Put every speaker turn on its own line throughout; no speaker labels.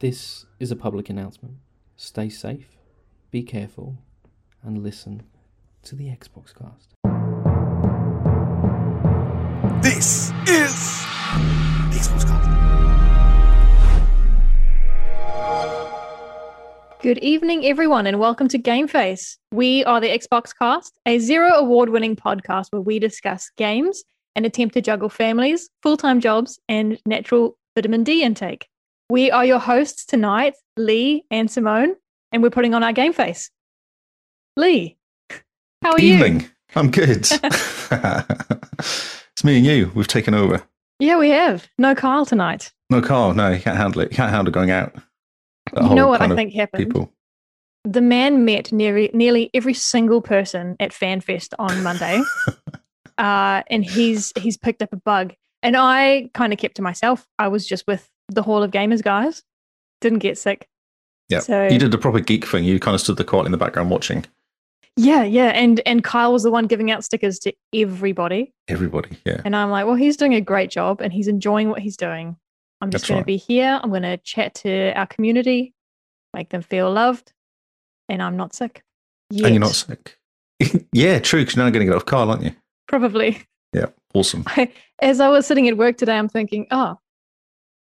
This is a public announcement. Stay safe, be careful, and listen to the Xbox cast.
This is the Xbox Cast.
Good evening, everyone, and welcome to Game Face. We are the Xbox Cast, a zero award winning podcast where we discuss games and attempt to juggle families, full time jobs, and natural vitamin D intake. We are your hosts tonight, Lee and Simone, and we're putting on our Game Face. Lee, how are
Evening. I'm good. it's me and you. We've taken over.
you? Yeah, we have. No Kyle tonight.
No, Carl. No, you can't handle it. You can't handle going out. That
you know
whole
what I
kind of
think happened?
People.
The man met nearly, nearly every single person at FanFest on Monday, uh, and he's he's picked up a bug. And I kind of kept to myself. I was just with the Hall of Gamers guys. Didn't get sick.
Yeah.
So
You did the proper geek thing. You kind of stood the court in the background watching
yeah, yeah. And and Kyle was the one giving out stickers to everybody.
everybody. Yeah.
And I'm like, well, he's doing a great job, and he's enjoying what he's doing. I'm just
That's
going
right.
to be here. I'm going to chat to our community, make them feel loved, and I'm not sick. Yet.
And you're not sick. yeah, true. Because you're now getting it off Carl, aren't you?
probably.
Yeah. Awesome.
as I was sitting at work today, I'm thinking, oh,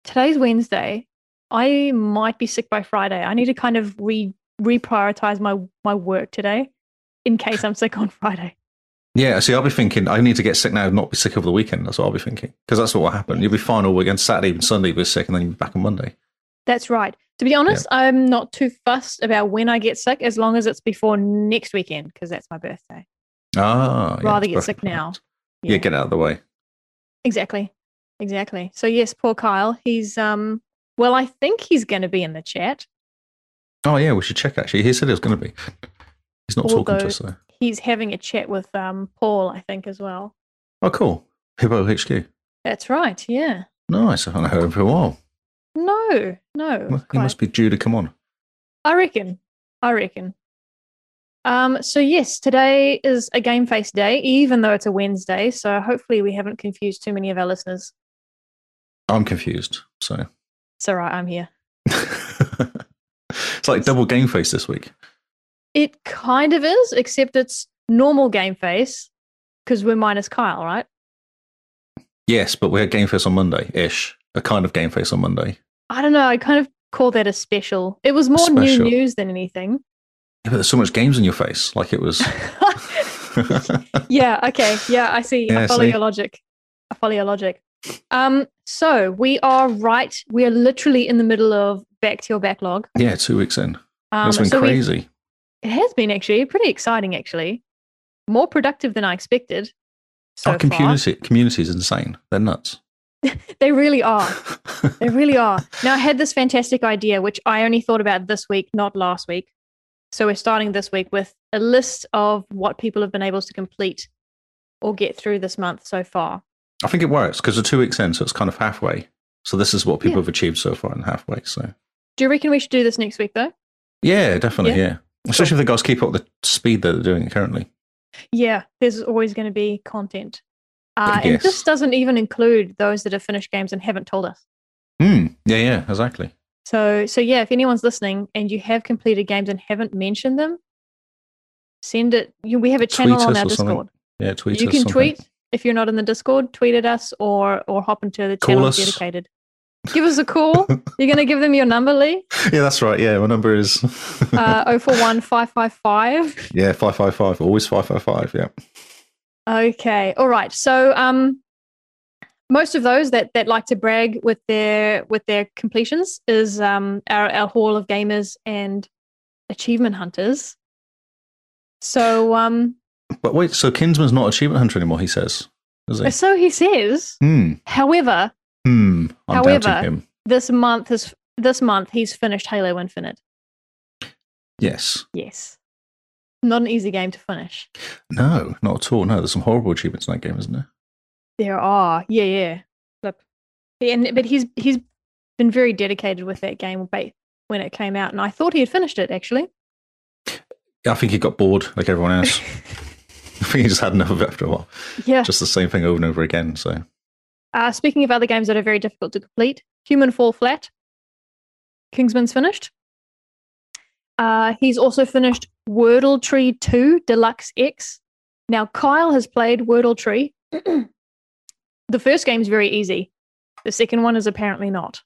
today's Wednesday. I might be sick by Friday. I need to kind of re reprioritize my my work today in case I'm sick on Friday.
Yeah. See, I'll be thinking, I need to get sick now and not be sick over the weekend. That's what I'll be thinking. Because that's what will happen. You'll be fine all weekend. Saturday and Sunday, you'll be sick. And then you'll be back on Monday.
That's right. To be honest, I'm not too fussed about when I get sick as long as it's before next weekend because that's my birthday.
Ah. yeah,
Rather
it's
get sick
perfect.
now.
Yeah. Get out of the way.
Exactly. Exactly. So yes, poor Kyle. He's um well, I think he's going to be in the chat.
Oh, yeah. We should check, actually. He said it was going to be. He's not talking
Although-
to us, though.
He's having a chat with um Paul, I think as well.
Oh, cool. Hippo HQ.
That's right. Yeah.
Nice. I haven't heard him for a while.
No,
Well,
no.
He must be due to come on.
I reckon. I reckon. Um, so yes, today is a game face day, even though it's a Wednesday. So hopefully we haven't confused too many of our listeners.
I'm confused. So
It's all right, I'm here.
it's like double game face this week.
It kind of is, except it's normal game face because we're minus Kyle, right?
Yes, but we had game face on Monday ish. A kind of game face on Monday.
I don't know. I kind of call that a special. It was more
special.
new news than anything.
Yeah, but there's so much games in your face. Like it was.
yeah okay yeah i see i
Yeah,
follow
see?
your logic i follow your logic um so we are right we are literally in the middle of back to your backlog
yeah, two weeks in.
um
That's been
so we-
crazy.
it has been actually pretty exciting actually more productive than i expected so
Our community community is insane. They're nuts.
far. they really are they really are now i had this fantastic idea which i only thought about this week not last week so we're starting this week with a list of what people have been able to complete or get through this month so far
I think it works because we're two weeks in, so it's kind of halfway. So this is what people
Yeah.
have achieved so far in halfway. So
do you reckon we should do this next week though
yeah, definitely.
Yeah.
Yeah. Especially if the guys keep up the speed that they're doing it currently.
Yeah, there's always going to be content. Uh, and this
Yes.
doesn't even include those that have finished games and haven't told us.
Mm, yeah, yeah, exactly.
So, so yeah, if anyone's listening and you have completed games and haven't mentioned them, send it. You, we have a channel
Tweet
on
us
our
or something.
Discord.
Yeah, tweet
you
us
can
something.
tweet if you're not in the Discord. Tweet at us or or hop into the
Call
channel
us.
dedicated. Give us a call. you're going to give them your number, Lee.
Yeah, that's right. Yeah, my number is
Uh, 041 555
yeah five five five. Always five five five. Yeah.
Okay. All right. So um most of those that that like to brag with their with their completions is um our, our hall of gamers and achievement hunters. So um
But wait, so Kinsman's not achievement hunter anymore. He says, is he?
so he says.
Hmm.
However,
Hmm. I'm
However-
doubting him.
this month is this month he's finished Halo Infinite.
Yes.
Yes. Not an easy game to finish.
No, not at all. No, there's some horrible achievements in that game, isn't there?
There are. Yeah, yeah. Look. And but he's he's been very dedicated with that game ba- when it came out and I thought he had finished it actually.
Yeah, I think he got bored like everyone else. I think he just had enough of it after a while.
Yeah.
Just the same thing over and over again. So
Uh, speaking of other games that are very difficult to complete, Human Fall Flat. Kingsman's finished. Uh, he's also finished Wordle Tree 2 Deluxe X. Now, Kyle has played Wordle Tree. the first game's very easy. The second one is apparently not.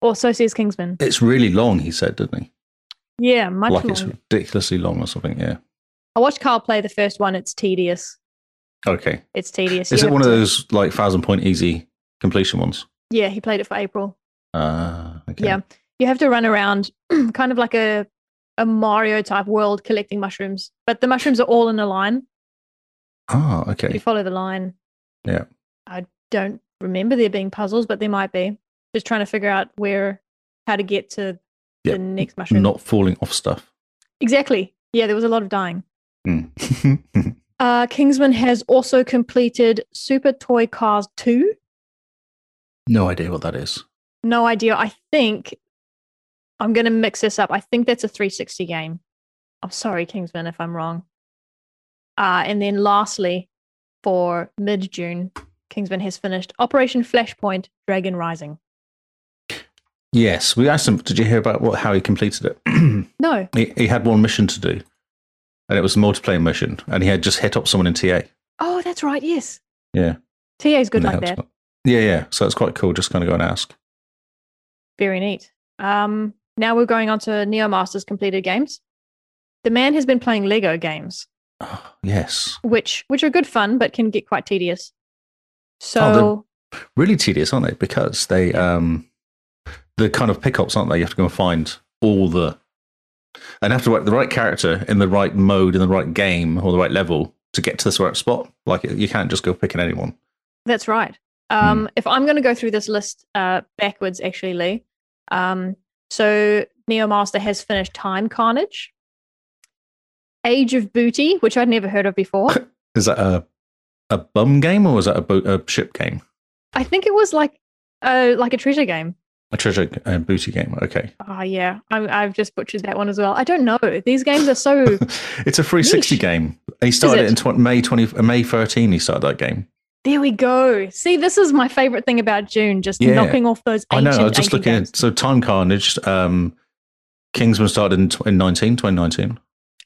Or so says Kingsman.
It's really long, he said, didn't he?
Yeah, much
like
longer.
it's ridiculously long or something. Yeah.
I watched Kyle play the first one. It's tedious.
Okay.
It's tedious.
Is
You
it
have
one
to-
of those like thousand point easy completion ones?
Yeah, he played it for April.
Uh, okay.
Yeah. You have to run around kind of like a a Mario type world collecting mushrooms. But the mushrooms are all in a line.
Ah,
You
okay.
follow the line.
Yeah.
I don't remember there being puzzles, but there might be. Just trying to figure out where how to get to
Yeah.
the next mushroom.
Not falling off stuff.
Exactly. Yeah, there was a lot of dying.
Mm.
Uh, Kingsman has also completed Super Toy Cars 2.
no idea what that is.
No idea. I think I'm going to mix this up. I think that's a 360 game. I'm sorry, Kingsman, if I'm wrong. Uh, and then lastly, for mid June, Kingsman has finished Operation Flashpoint Dragon Rising.
Yes, we asked him. Did you hear about what how he completed it?
No.
he, he had one mission to do, and it was a multiplayer mission, and he had just hit up someone in TA.
Oh, that's right. Yes.
Yeah,
TA's good
in the
like
help
that.
spot. Yeah, yeah. So it's quite cool. Just kind of go and ask.
Very neat. Um, now we're going on to Neo Masters completed games. The man has been playing Lego games,
Oh, yes,
which which are good fun, but can get quite tedious. So
they're- really tedious, aren't they? Because they um, the kind of pickups, aren't they? You have to go and find all the, and have to work the right character in the right mode in the right game or the right level to get to this right spot. Like you can't just go picking anyone.
That's right.
Hmm.
Um, If I'm going to go through this list uh, backwards, actually, Lee. Um, so Neo Master has finished Time Carnage, Age of Booty, which I'd never heard of before.
Is that a a bum game or is that a, boat, a ship game?
I think it was like uh, like a treasure game.
A treasure uh, booty game. Okay,
Oh yeah, I, I've just butchered that one as well. I don't know. These games are so
it's a 360
Niche.
game. He started
it?
it in tw- May 20, uh, May 13. He started that game.
There we go. See, this is my favorite thing about June, just
Yeah.
knocking off those
I know.
ancient,
I was just
ancient
looking
games.
at so Time Carnage. Um, Kingsman started in, tw- in 19, 2019.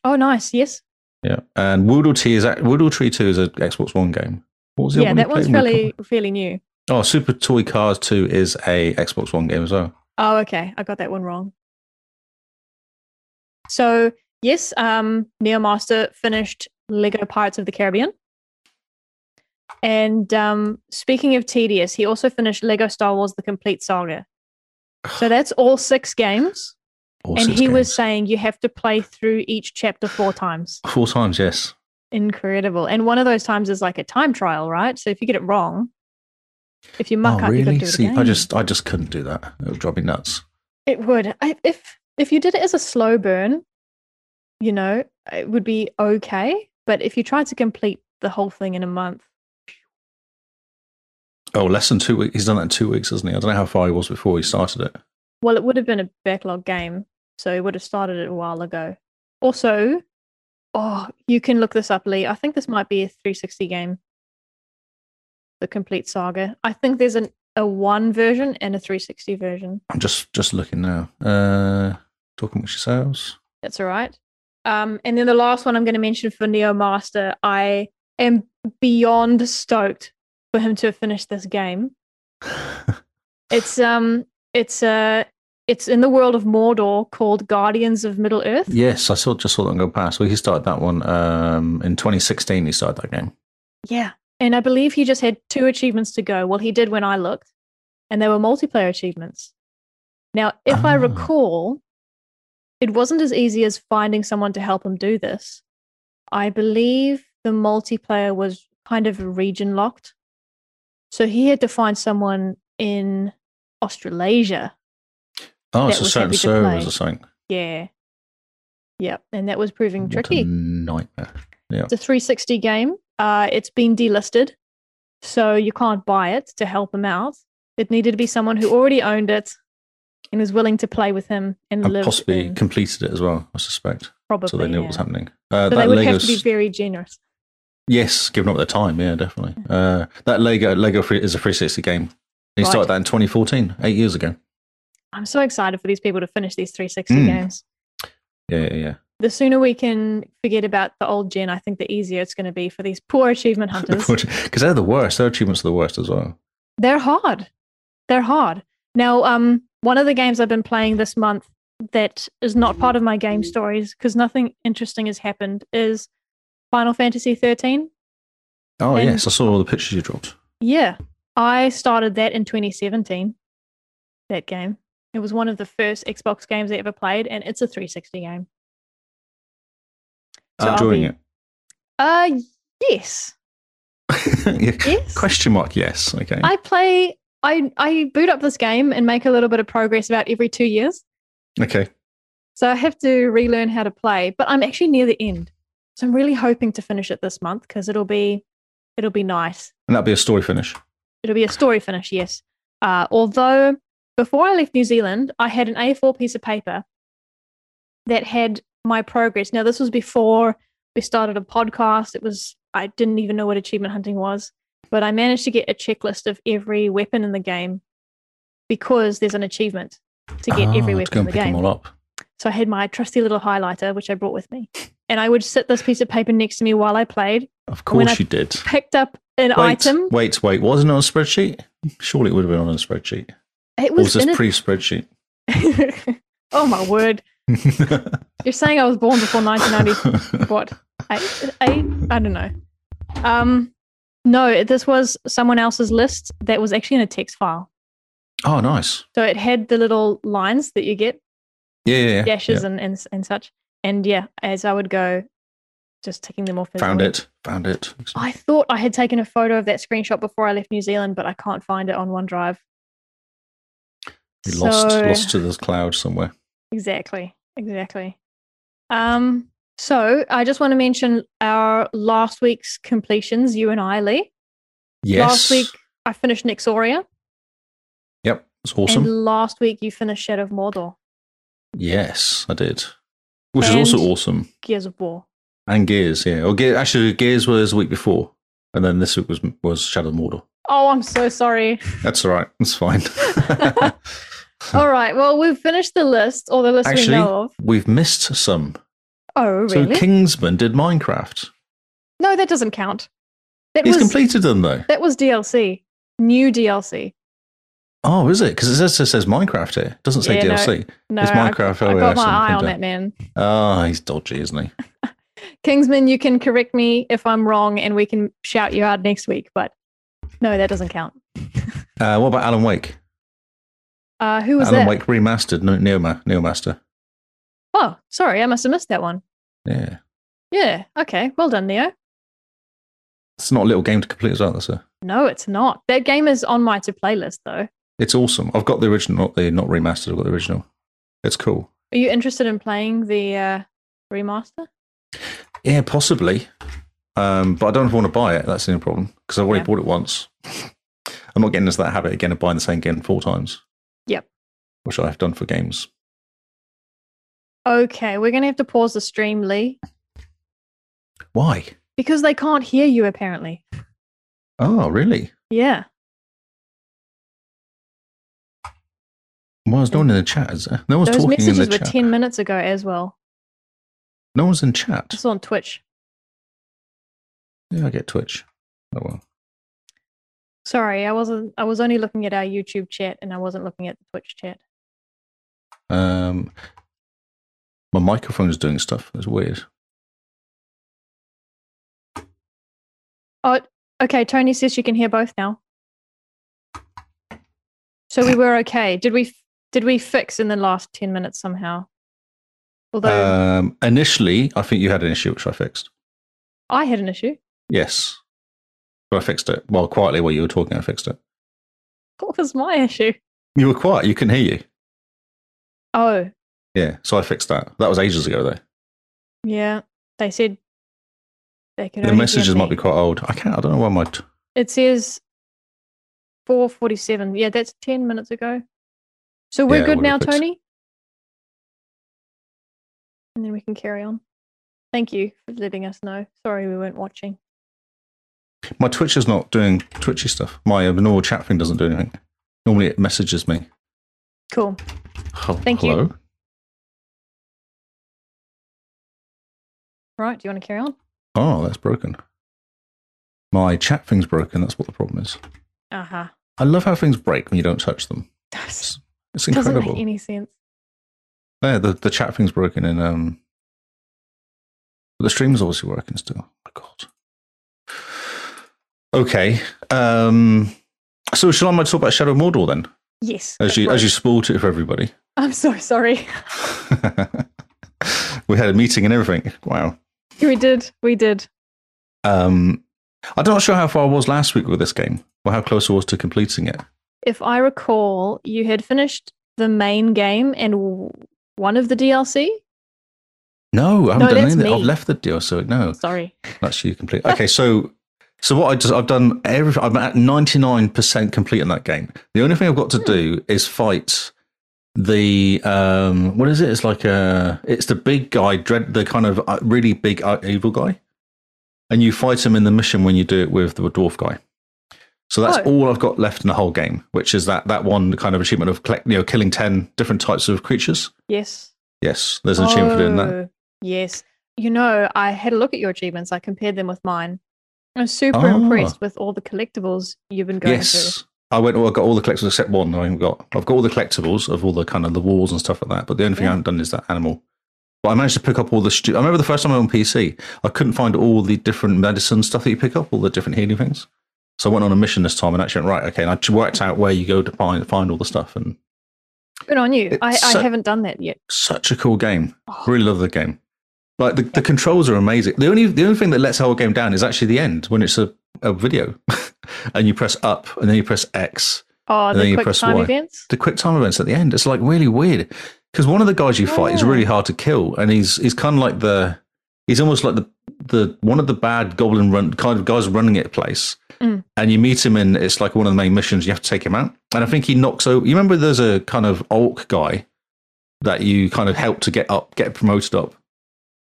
Oh, nice. Yes.
Yeah, and Woodle Tree is act- Woodle Tree Two is an Xbox One game. What was the
Yeah,
other
that
one you
one's
played?
fairly fairly new.
Oh, Super Toy Cars Two is a Xbox One game as well.
Oh, okay. I got that one wrong. So, yes, um, Neomaster finished Lego Pirates of the Caribbean. And um, speaking of tedious, he also finished Lego Star Wars The Complete Saga. So that's all six games.
Or
and
six
he was
games.
saying you have to play through each chapter four times.
four times. Yes.
Incredible. And one of those times is like a time trial, right? So if you get it wrong, if you muck
oh,
up, you
really?
got to do it
See,
again.
I just I just couldn't do that. It would drive me nuts.
it would I, if if you did it as a slow burn, you know, it would be okay. But if you tried to complete the whole thing in a month,
Oh, less than two weeks. He's done that in two weeks, hasn't he? I don't know how far he was before he started it.
well, it would have been a backlog game, so it would have started it a while ago. Also, oh, you can look this up, Lee. I think this might be a 360 game. The complete saga. I think there's an a one version and a 360 version.
I'm just just looking now. Uh, talking with yourselves.
That's all right. Um, and then the last one I'm going to mention for Neo Master, I am beyond stoked for him to have finished this game. It's um, it's uh, it's in the world of Mordor called Guardians of Middle Earth.
Yes, I saw just saw that go past. Well, he started that one um, in 2016. He started that game.
Yeah, and I believe he just had two achievements to go. Well, he did when I looked, and they were multiplayer achievements. Now, if I
Ah.
recall, it wasn't as easy as finding someone to help him do this. I believe the multiplayer was kind of region locked. So he had to find someone in Australasia.
Oh,
That
it's a
was
certain
happy to
servers
play.
or something.
Yeah. Yep. And that was proving
What a
tricky.
nightmare.
It's a 360 game. Uh, it's been delisted, so you can't buy it to help him out. It needed to be someone who already owned it and was willing to play with him and,
And
lived
possibly
in,
completed it as well, I suspect.
probably.
so they knew what was
yeah.
happening. Uh,
So
that
they would
Lego,
have to be very generous.
yes, giving up their time, yeah, definitely. Uh, that Lego Lego free, is a 360 game. He
Right.
started that in 2014, eight years ago.
I'm so excited for these people to finish these 360
Mm.
games.
Yeah, yeah, yeah.
The sooner we can forget about the old gen, I think the easier it's going to be for these poor achievement hunters.
Because they're the worst. Their achievements are the worst as well.
They're hard. They're hard. Now, um, one of the games I've been playing this month that is not part of my game stories because nothing interesting has happened is Final Fantasy 13.
Oh
And-
yes, I saw all the pictures you dropped.
Yeah, I started that in 2017. That game. It was one of the first Xbox games I ever played, and it's a 360 game. So I'll
Enjoying
be-
it.
Uh, yes,
Yeah.
yes.
Question mark? Yes. Okay.
I play. I I boot up this game and make a little bit of progress about every two years.
okay.
So I have to relearn how to play, but I'm actually near the end. So I'm really hoping to finish it this month because it'll be it'll be nice.
And that'd be a story finish.
It'll be a story finish, yes. Uh, although before I left New Zealand, I had an A4 piece of paper that had my progress. Now this was before we started a podcast. It was I didn't even know what achievement hunting was, but I managed to get a checklist of every weapon in the game because there's an achievement to get every
Ah,
weapon
to
in
go and
the
pick
game.
them all up.
So I had my trusty little highlighter, which I brought with me. And I would sit this piece of paper next to me while I played,
Of
When
course
I-
you did.
picked up an
Wait,
item.
wait, wait. Wasn't it on a spreadsheet? Surely it would have been on a spreadsheet.
It
Or was
was
this
in a-
pre spreadsheet?
oh my word. You're saying I was born before 1990. what? I, I, I don't know. Um, no, this was someone else's list that was actually in a text file.
Oh, nice.
So it had the little lines that you get,
Yeah, yeah, yeah.
dashes
Yeah.
and, and, and such. And yeah, as I would go, just ticking them off. as I
Found
went.
it. Found it.
I thought I had taken a photo of that screenshot before I left New Zealand, but I can't find it on OneDrive.
You lost,
So-
lost to the cloud somewhere.
Exactly. Exactly. Um, so I just want to mention our last week's completions, you and I, Lee.
Yes.
Last week I finished Nixoria.
Yep. It's awesome.
And last week you finished Shadow of Mordor,
yes, I did. Which
And-
is also awesome.
Gears of War.
And Gears, yeah. Or Gear, actually, Gears was the week before. And then this week was, was Shadow of Mordor.
Oh, I'm so sorry.
That's all right. That's fine.
All right. Well, we've finished the list, or the list we
actually,
know of.
we've missed some.
Oh, really?
So Kingsman did Minecraft.
no, that doesn't count. That
He's
was
completed them though.
that was DLC. New DLC.
Oh, is it? Because it says, it says Minecraft here. It doesn't say
Yeah, no.
DLC.
No,
it's
I-
Minecraft.
I
oh,
got my eye
yeah,
on
something.
that man.
Ah, he's dodgy, isn't he?
Kingsman, you can correct me if I'm wrong and we can shout you out next week, but no, that doesn't count.
Uh, what about Alan Wake?
Uh, who was
Alan
that?
Wake remastered, no, Neoma, Neomaster.
Oh, sorry, I must have missed that one.
Yeah,
Yeah, okay. Well done, Neo.
it's not a little game to complete as well. That's a,
No, it's not. That game is on my to playlist, though.
it's awesome. I've got the original, not the not remastered. I've got the original. It's cool.
Are you interested in playing the uh, remaster?
Yeah, possibly, um, but I don't want to buy it. That's the only problem because I've already
Yeah.
bought it once. I'm not getting into that habit again of buying the same game four times.
Yep.
which I have done for games.
Okay, we're going to have to pause the stream, Lee,
Why?
because they can't hear you, apparently.
Oh, really?
Yeah.
Well, there's no one in the chat, is there? No one's
Those
talking
messages
in
were
the chat.
10 minutes ago as well.
No one's in chat.
It's on Twitch.
Yeah, I get Twitch. Oh well.
Sorry, I wasn't. I was only looking at our YouTube chat, and I wasn't looking at the Twitch chat.
Um, my microphone's doing stuff. That's weird.
Oh, okay. Tony says you can hear both now. So we were okay. Did we? Did we fix in the last ten minutes somehow? Although
Um, initially, I think you had an issue which I fixed.
I had an issue.
Yes, but I fixed it. Well, quietly while you were talking, I fixed it.
What was my issue?
You were quiet. You can hear you.
Oh,
Yeah, so I fixed that. That was ages ago, though.
yeah. They said they can.
The
only hear
messages might
me.
be quite old. I can't. I don't know why my. T-
It says four forty-seven. Yeah, that's ten minutes ago. So we're
Yeah,
good
we'll
now,
fix it.
Tony. And then we can carry on. Thank you for letting us know. Sorry, we weren't watching.
my Twitch is not doing twitchy stuff. My uh, normal chat thing doesn't do anything. Normally, it messages me.
Cool.
Hel-
Thank you.
Hello?
Right. Do you want to carry on?
Oh, that's broken. My chat thing's broken. That's what the problem is.
Uh huh.
I love how things break when you don't touch them.
Doesn't
It's
make
incredible.
any sense.
There, Oh, the, the chat thing's broken, and um, the stream's obviously working still. my God. Okay. Um, so shall I might talk about Shadow of Mordor then,
Yes.
as
that's
you
right.
as you spoiled it for everybody.
I'm so sorry.
we had a meeting and everything. Wow.
we did. We did.
Um, I'm not sure how far I was last week with this game, or how close I was to completing it.
If I recall, you had finished the main game and w- one of the DLC.
No, I haven't
No,
done
that's
anything. I've
me.
left the deal, so no,
Sorry.
that's you complete. Okay, so so what I just I've done everything. I'm at 99 percent complete in that game. The only thing I've got to do is fight the um what is it? It's like a it's the big guy, dread the kind of uh, really big uh, evil guy, and you fight him in the mission when you do it with the dwarf guy. So that's
Oh.
all I've got left in the whole game, which is that that one kind of achievement of collect, you know killing ten different types of creatures.
Yes.
Yes, there's an achievement for doing that.
Oh, Yes. You know, I had a look at your achievements. I compared them with mine. I was super
Ah.
impressed with all the collectibles you've been going
yes. I went. Well, I got all the collectibles except one. I haven't got. I've got all the collectibles of all the kind of the walls and stuff like that. But the only thing
Yeah.
I haven't done is that animal. But I managed to pick up all the. Stu- I remember the first time I went on PC, I couldn't find all the different medicine stuff that you pick up, all the different healing things. So I went on a mission this time and actually went right. Okay, and I worked out where you go to find find all the stuff. And
through. Good on you. I,
It's
I
so-
haven't done that yet.
such a cool game.
Oh.
Really love the game. Like the, the controls are amazing. The only the only thing that lets the whole game down is actually the end when it's a, a video, and you press up and then you press X
Oh,
And then
the
you
quick
press
time
Y.
events?
the quick time events at the end. It's like really weird because one of the guys you fight is
Yeah.
really hard to kill, and he's he's kind of like the he's almost like the the one of the bad goblin run kind of guys running it place.
Mm.
And you meet him, and it's like one of the main missions. You have to take him out, and I think he knocks over. You remember there's a kind of orc guy that you kind of help to get up, get promoted up.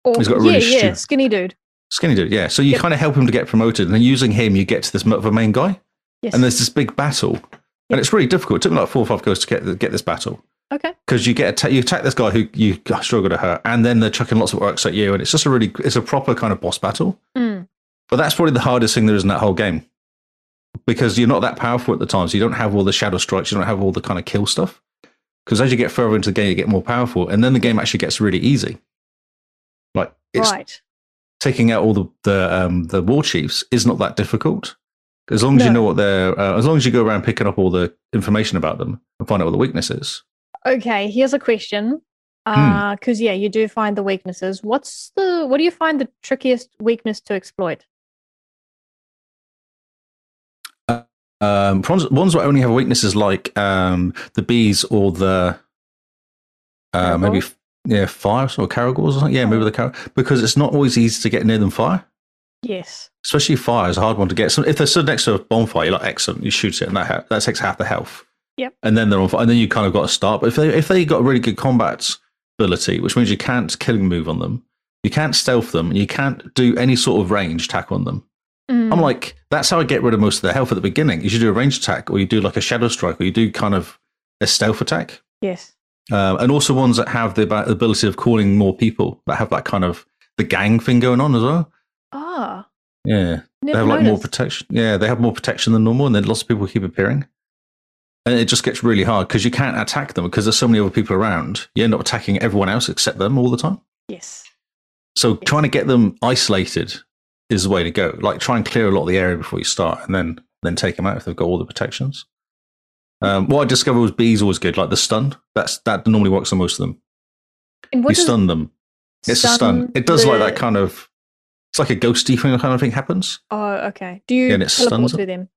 Or,
He's got a
yeah,
really
yeah,
stupid-
skinny dude.
Skinny dude, yeah. So you
Yep.
kind of help him to get promoted, and then using him, you get to this mo- the main guy,
Yes.
and there's this big battle,
Yep.
and it's really difficult. It took me like four or five goes to get get this battle.
okay.
because you get atta- you attack this guy who you struggle to hurt, and then they're chucking lots of orcs at you, and it's just a really it's a proper kind of boss battle.
Mm.
But that's probably the hardest thing there is in that whole game because you're not that powerful at the time, so you don't have all the shadow strikes, you don't have all the kind of kill stuff. Because as you get further into the game, you get more powerful, and then the game actually gets really easy. Like it's
Right.
taking out all the the, um, the war chiefs is not that difficult as long as you
No.
know what they're uh, as long as you go around picking up all the information about them and find out what the weakness is.
Okay. Here's a question.
Hmm.
Because, yeah, you do find the weaknesses. What's the, what do you find the trickiest weakness to exploit?
Um, ones, ones that only have weaknesses like um, the bees or the uh, maybe
Caragors?
yeah fire or caragors or something. Yeah, maybe the car because it's not always easy to get near them. Fire,
Yes.
especially fire, is a hard one to get. So if they're stood next to a bonfire, you're like excellent, you shoot it, and that ha- that takes half the health.
Yep.
And then they're on fire, and then you kind of got to start. But if they if they got really good combat ability, which means you can't killing move on them, you can't stealth them, and you can't do any sort of range attack on them. I'm
Mm.
like, that's how I get rid of most of their health at the beginning. You should do a ranged attack, or you do like a shadow strike, or you do kind of a stealth attack,
yes.
um, and also ones that have the ab- ability of calling more people that have that kind of the gang thing going on as well.
Ah,
Yeah, they
never
have like more
noticed.
protection. Yeah, they have more protection than normal, and then lots of people keep appearing, and it just gets really hard because you can't attack them because there's so many other people around. You end up attacking everyone else except them all the time.
yes.
So trying to get them isolated is the way to go. Like try and clear a lot of the area before you start, and then then take them out if they've got all the protections. Um, what I discovered was bees always good. Like the stun, that's that normally works on most of them.
And what
you
does
stun them. It's a stun. It does like that
the-
kind of. It's like a ghosty thing. Kind of thing happens.
Oh, okay. Do you
and it
teleport
stuns
to
them.
them?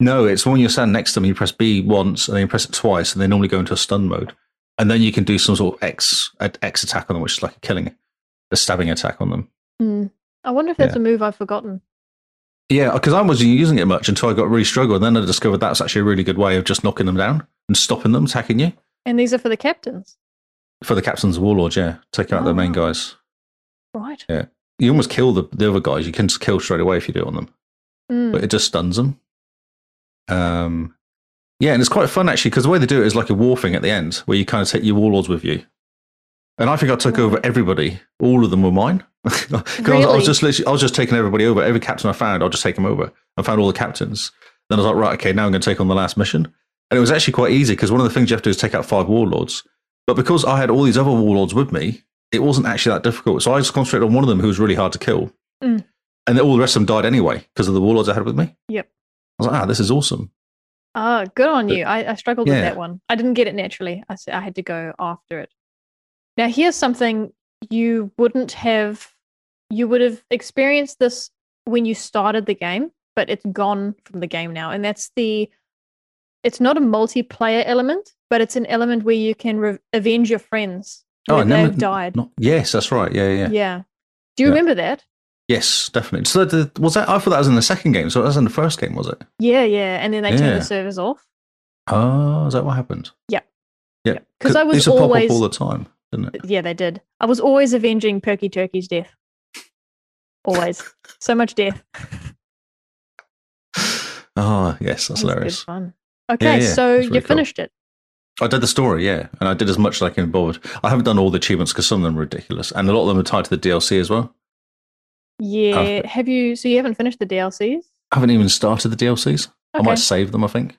No, it's when you're standing next to them. You press B once, and then you press it twice, and they normally go into a stun mode. And then you can do some sort of X a- X attack on them, which is like a killing, a stabbing attack on them.
Hmm. I wonder if that's
Yeah.
a move I've forgotten.
Yeah, because I wasn't using it much until I got really struggled. And then I discovered that's actually a really good way of just knocking them down and stopping them attacking you
And these are for the captains,
for the captain's warlord. Yeah, take out the main
Oh.
guys.
right?
You almost kill the, the other guys. You can just
Hmm.
kill straight away if you do it on them,
Mm.
but it just stuns them. Um, Yeah, and it's quite fun actually because the way they do it is like a war thing at the end where you kind of take your warlords with you. And I think I took over everybody. All of them were mine. 'Cause I, was, I
Really?
was just literally, I was just taking everybody over. Every captain I found, I'll just take them over. I found all the captains. Then I was like, right, okay, now I'm going to take on the last mission. And it was actually quite easy because one of the things you have to do is take out five warlords. But because I had all these other warlords with me, it wasn't actually that difficult. So I just concentrated on one of them who was really hard to kill.
Mm.
And then all the rest of them died anyway because of the warlords I had with me.
Yep.
I was like, ah, this is awesome.
Oh, good on
But-
you. I, I struggled with
Yeah.
that one. I didn't get it naturally. I, s- I had to go after it. Now, here's something you wouldn't have, you would have experienced this when you started the game, but it's gone from the game now. And that's the, it's not a multiplayer element, but it's an element where you can re- avenge your friends
Oh,
when
never-
they've died.
Not, yes, that's right. Yeah, yeah, yeah.
Do you
Yeah.
remember that?
Yes, definitely. So the, was that? I thought that was in the second game. So that was in the first game, was it?
Yeah, yeah. And then they turn
Yeah.
the servers off.
Oh, is that what happened?
Yeah.
Yeah.
Yeah. 'Cause I
it
was
used to
always-
pop up all the time, didn't it?
Yeah, they did. I was always avenging Perky Turkey's death. Always. so much death.
Oh, yes, that's
It was good
hilarious.
fun. Okay,
yeah,
so
it's
you
really cool.
finished it.
I did the story, yeah, and I did as much as I can board. I haven't done all the achievements because some of them are ridiculous, and a lot of them are tied to the DLC as well.
Yeah.
Perfect.
Have you so you haven't finished the DLCs?
I haven't even started the DLCs. I
Okay.
might save them. I think.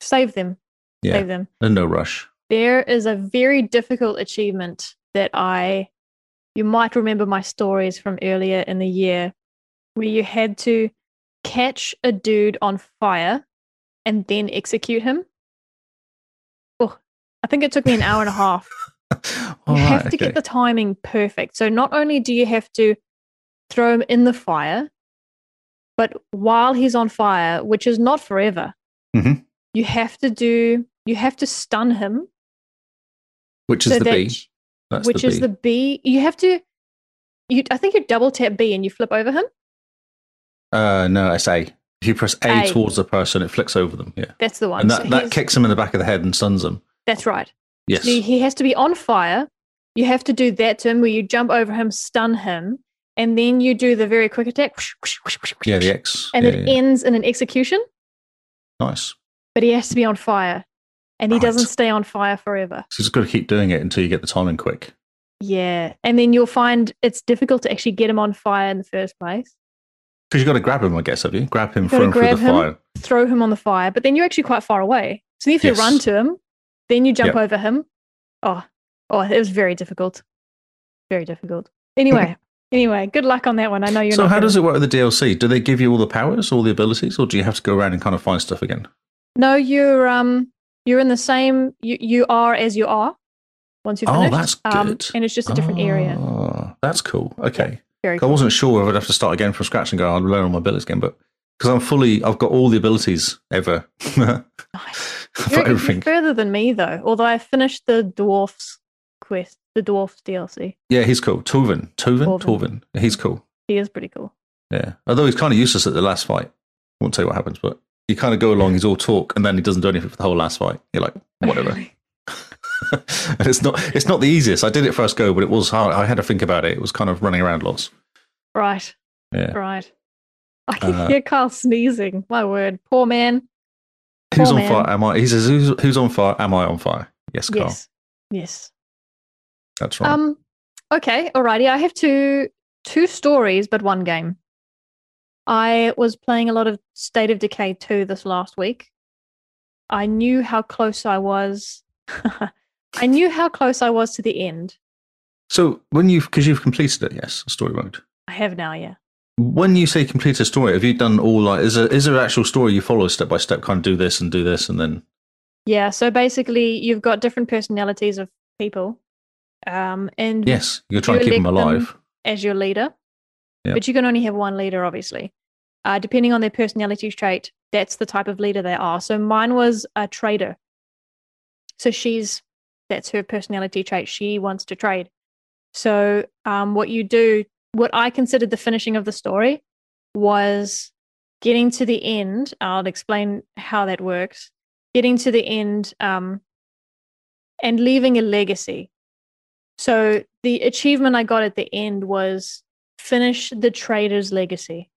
Save them.
Yeah.
Save them.
There's no rush.
There is a very difficult achievement that I you might remember my stories from earlier in the year where you had to catch a dude on fire and then execute him. Oh, I think it took me an hour and a half.
All
you have
right,
to
okay.
get the timing perfect. So not only do you have to throw him in the fire, but while he's on fire, which is not forever,
Mhm.
you have to do you have to stun him,
which is
so
the
that
B.
y-
That's
which
the
is
B.
the B. You have to you I think you double tap B and you flip over him.
Uh, no, it's A. If you press A,
A.
towards the person, it flicks over them. Yeah,
That's the one.
and
So
that, that
he's-
kicks them in the back of the head and stuns them.
that's right.
Yes.
So he has to be on fire. You have to do that to him where you jump over him, stun him, and then you do the very quick attack.
Yeah, the X.
and
yeah,
it
yeah.
ends in an execution.
nice.
but he has to be on fire and he
Right.
doesn't stay on fire forever.
So just got to keep doing it until you get the timing quick.
Yeah. And then you'll find it's difficult to actually get him on fire in the first place.
Because you got to grab him, I guess, have you? Grab him,
You gotta
throw him through the
grab him.
fire.
Throw him on the fire, but then you're actually quite far away. So you have to
Yes.
run to him, then you jump
Yep.
over him. Oh, oh, it was very difficult. Very difficult. Anyway, anyway, good luck on that one. I know you're
so,
not
how
gonna-
does it work with the DLC? Do they give you all the powers, all the abilities, or do you have to go around and kind of find stuff again?
No, you're um you're in the same you, you are as you are once you've
Oh,
finished.
that's
Um,
good.
and it's just a different area.
Ah, That's cool. Okay.
Very
I wasn't sure whether I'd have to start again from scratch and go, I'll learn all my abilities again, but because I'm fully, I've got all the abilities ever for
nice. You're, you're
everything.
further than me though. Although I finished the dwarfs quest, the dwarfs DLC.
Yeah, he's cool. Tovin. Tovin?
Torvin.
Torvin. He's cool.
He is pretty cool.
Yeah. Although he's kind of useless at the last fight. I won't tell you what happens, but you kind of go along, he's all talk, and then he doesn't do anything for the whole last fight. You're like, whatever. and it's not it's not the easiest. I did it first go, but it was hard. I had to think about it. It was kind of running around lots.
right,
Yeah.
right. I can
Uh,
hear Carl sneezing. My word, poor man. Poor
Who's on
man.
fire? Am I? He says, who's, who's on fire? Am I on fire? Yes, Carl.
Yes, yes.
That's right.
Um, okay, alrighty. I have two two stories, but one game. I was playing a lot of State of Decay 2 this last week. I knew how close I was. I knew how close I was to the end.
so when you've because you've completed it, yes, story mode.
I have now, yeah.
When you say complete a story, have you done all like is there is there an actual story you follow step by step? Kind of do this and do this and then
Yeah, so basically you've got different personalities of people um, and
yes, you're trying to keep them
elect them.
alive.
as your leader.
Yeah.
But you can only have one leader, obviously. Uh, depending on their personality trait, that's the type of leader they are. So mine was a trader. So she's, that's her personality trait. She wants to trade. So um, what you do, what I considered the finishing of the story was getting to the end. I'll explain how that works. Getting to the end um, and leaving a legacy. So the achievement I got at the end was finish the trader's legacy.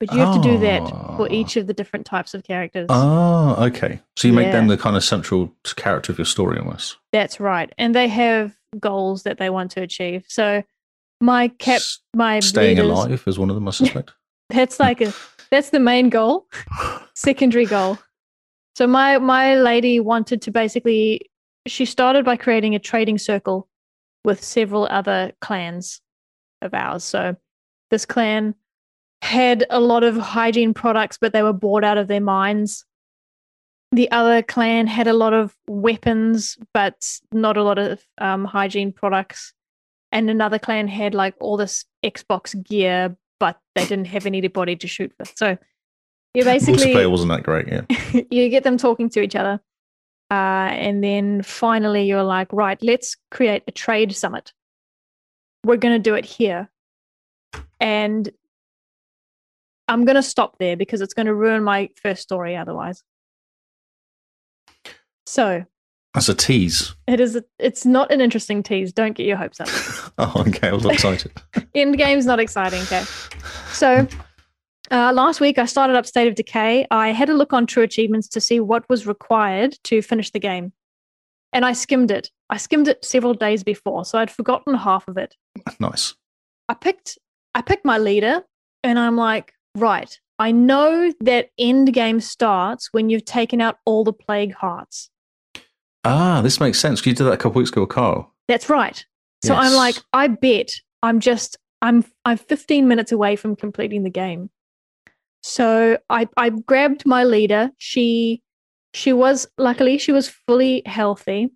But you have to do that for
Ah.
each of the different types of characters.
Ah, okay. So you make
Yeah.
them the kind of central character of your story almost.
That's right. And they have goals that they want to achieve. So my cap
S-
my
Staying
leaders-
alive is one of them, I suspect.
That's like a that's the main goal. Secondary goal. So my my lady wanted to basically she started by creating a trading circle with several other clans of ours. So this clan had a lot of hygiene products, but they were bored out of their minds. The other clan had a lot of weapons, but not a lot of um, hygiene products. And another clan had like all this Xbox gear, but they didn't have anybody to shoot with. So you basically
Multiplayer wasn't that great, yeah.
you get them talking to each other. Uh, and then finally, you're like, right, let's create a trade summit. We're going to do it here. And I'm going to stop there because it's going to ruin my first story otherwise. So
That's a tease.
it is. It's not an interesting tease. Don't get your hopes up.
Oh, okay. I was excited.
End game's not exciting. Okay. So uh, last week I started up State of Decay. I had a look on True Achievements to see what was required to finish the game. And I skimmed it. I skimmed it several days before, so I'd forgotten half of it.
nice.
I picked I picked my leader and I'm like, right, I know that end game starts when you've taken out all the plague hearts.
Ah, this makes sense. 'cause You did that a couple weeks ago, with Carl.
That's right. So I'm
Yes.
like, I bet I'm just I'm I'm 15 minutes away from completing the game. So I I grabbed my leader. She she was luckily she was fully healthy.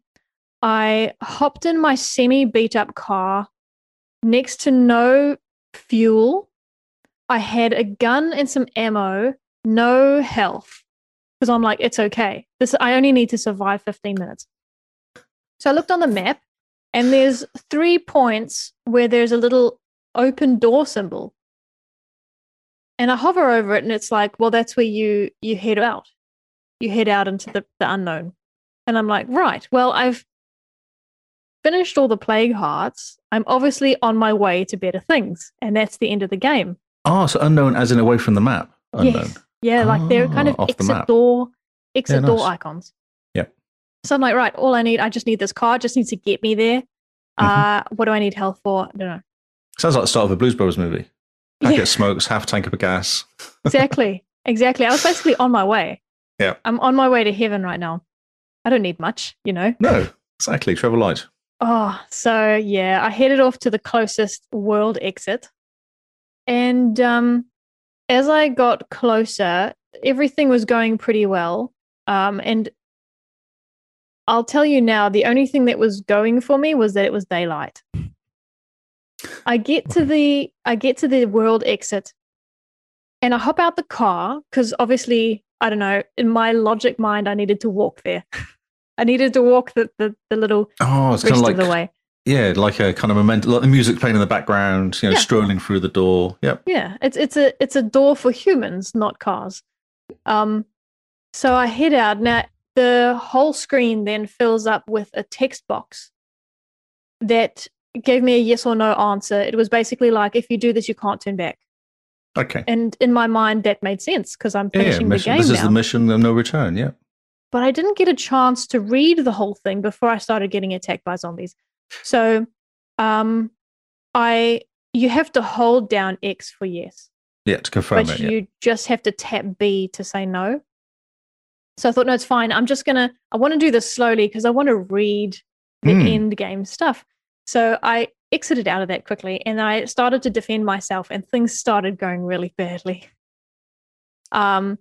I hopped in my semi beat up car next to no fuel. I had a gun and some ammo, no health. Because I'm like, it's okay. This I only need to survive 15 minutes. So I looked on the map and there's three points where there's a little open door symbol. And I hover over it and it's like, well, that's where you you head out. You head out into the, the unknown. And I'm like, right, well, I've finished all the plague hearts. I'm obviously on my way to better things. And that's the end of the game.
Ah, so unknown as in away from the map. Unknown.
Yes. Yeah, like they're kind
Ah,
of
off the
exit
map.
door, exit
Yeah,
door
nice.
icons.
Yep.
So I'm like, right, all I need, I just need this car, it just needs to get me there.
Mm-hmm.
Uh, what do I need health for? I don't know.
Sounds like the start of a Blues Brothers movie. Packet
Yeah.
of smokes, half tank of gas.
exactly. Exactly. I was basically on my way.
Yeah.
I'm on my way to heaven right now. I don't need much, you know.
No, exactly. Trevor Light.
Oh, so yeah, I headed off to the closest world exit. And um, as I got closer, everything was going pretty well. Um, and I'll tell you now, the only thing that was going for me was that it was daylight. I get to the I get to the world exit and I hop out the car because obviously, I don't know, in my logic mind, I needed to walk there. I needed to walk the, the, the little
Oh, it's kind
rest
of
of the
like
way.
yeah, like a kind of memento, like the music playing in the background. You know,
Yeah.
strolling through the door. Yep.
Yeah, it's it's a it's a door for humans, not cars. Um, so I head out now. The whole screen then fills up with a text box that gave me a yes or no answer. It was basically like, if you do this, you can't turn back.
Okay.
And in my mind, that made sense because I'm
Yeah,
finishing the
mission.
game
This
now.
is the mission of no return. Yeah.
but I didn't get a chance to read the whole thing before I started getting attacked by zombies. So, um, I you have to hold down X for yes,
Yeah, to confirm
but
it. yeah.
you just have to tap B to say no. So I thought, no, it's fine. I'm just gonna. I want to do this slowly because I want to read the
Hmm.
end game stuff. So I exited out of that quickly, and I started to defend myself, and things started going really badly. Um,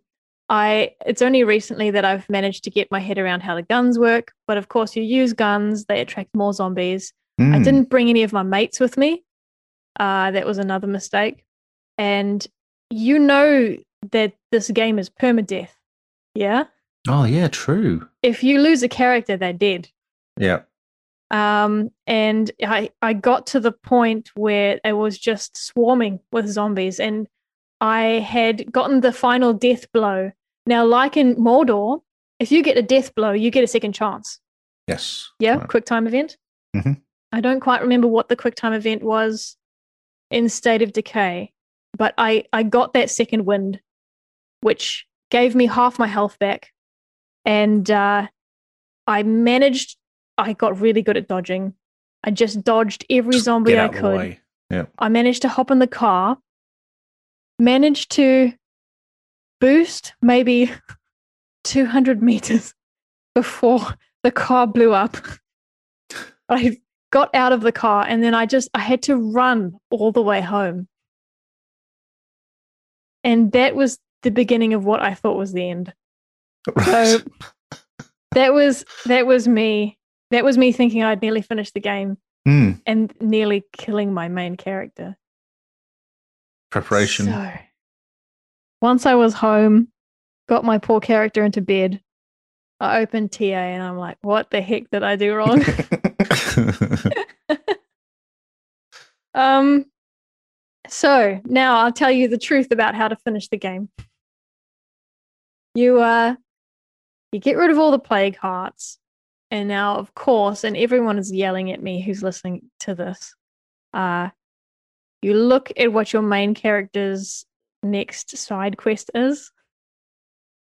I it's only recently that I've managed to get my head around how the guns work, but of course, you use guns; they attract more zombies. I
Mm.
didn't bring any of my mates with me. Uh, that was another mistake. And you know that this game is permadeath. Yeah.
Oh yeah, true.
If you lose a character, they're dead.
Yeah.
Um, and I, I got to the point where it was just swarming with zombies, and I had gotten the final death blow. Now, like in Mordor, if you get a death blow, you get a second chance.
Yes.
Yeah,
Right.
quick time event.
Mhm.
I don't quite remember what the quick time event was in State of Decay, but I I got that second wind, which gave me half my health back, and uh, I managed. I got really good at dodging. I just dodged every
Just
zombie
get
I
out of the
could.
way.
I managed to hop in the car, managed to boost maybe 200 meters before the car blew up. I got out of the car and then I just I had to run all the way home. And that was the beginning of what I thought was the end. So
Right.
that was that was me. That was me thinking I'd nearly finished the game
Hmm.
and nearly killing my main character.
preparation.
So, once I was home, got my poor character into bed, I opened TA and I'm like, what the heck did I do wrong? um, so now I'll tell you the truth about how to finish the game. You uh, you get rid of all the plague hearts, and now of course, and everyone is yelling at me who's listening to this. Uh, you look at what your main character's next side quest is.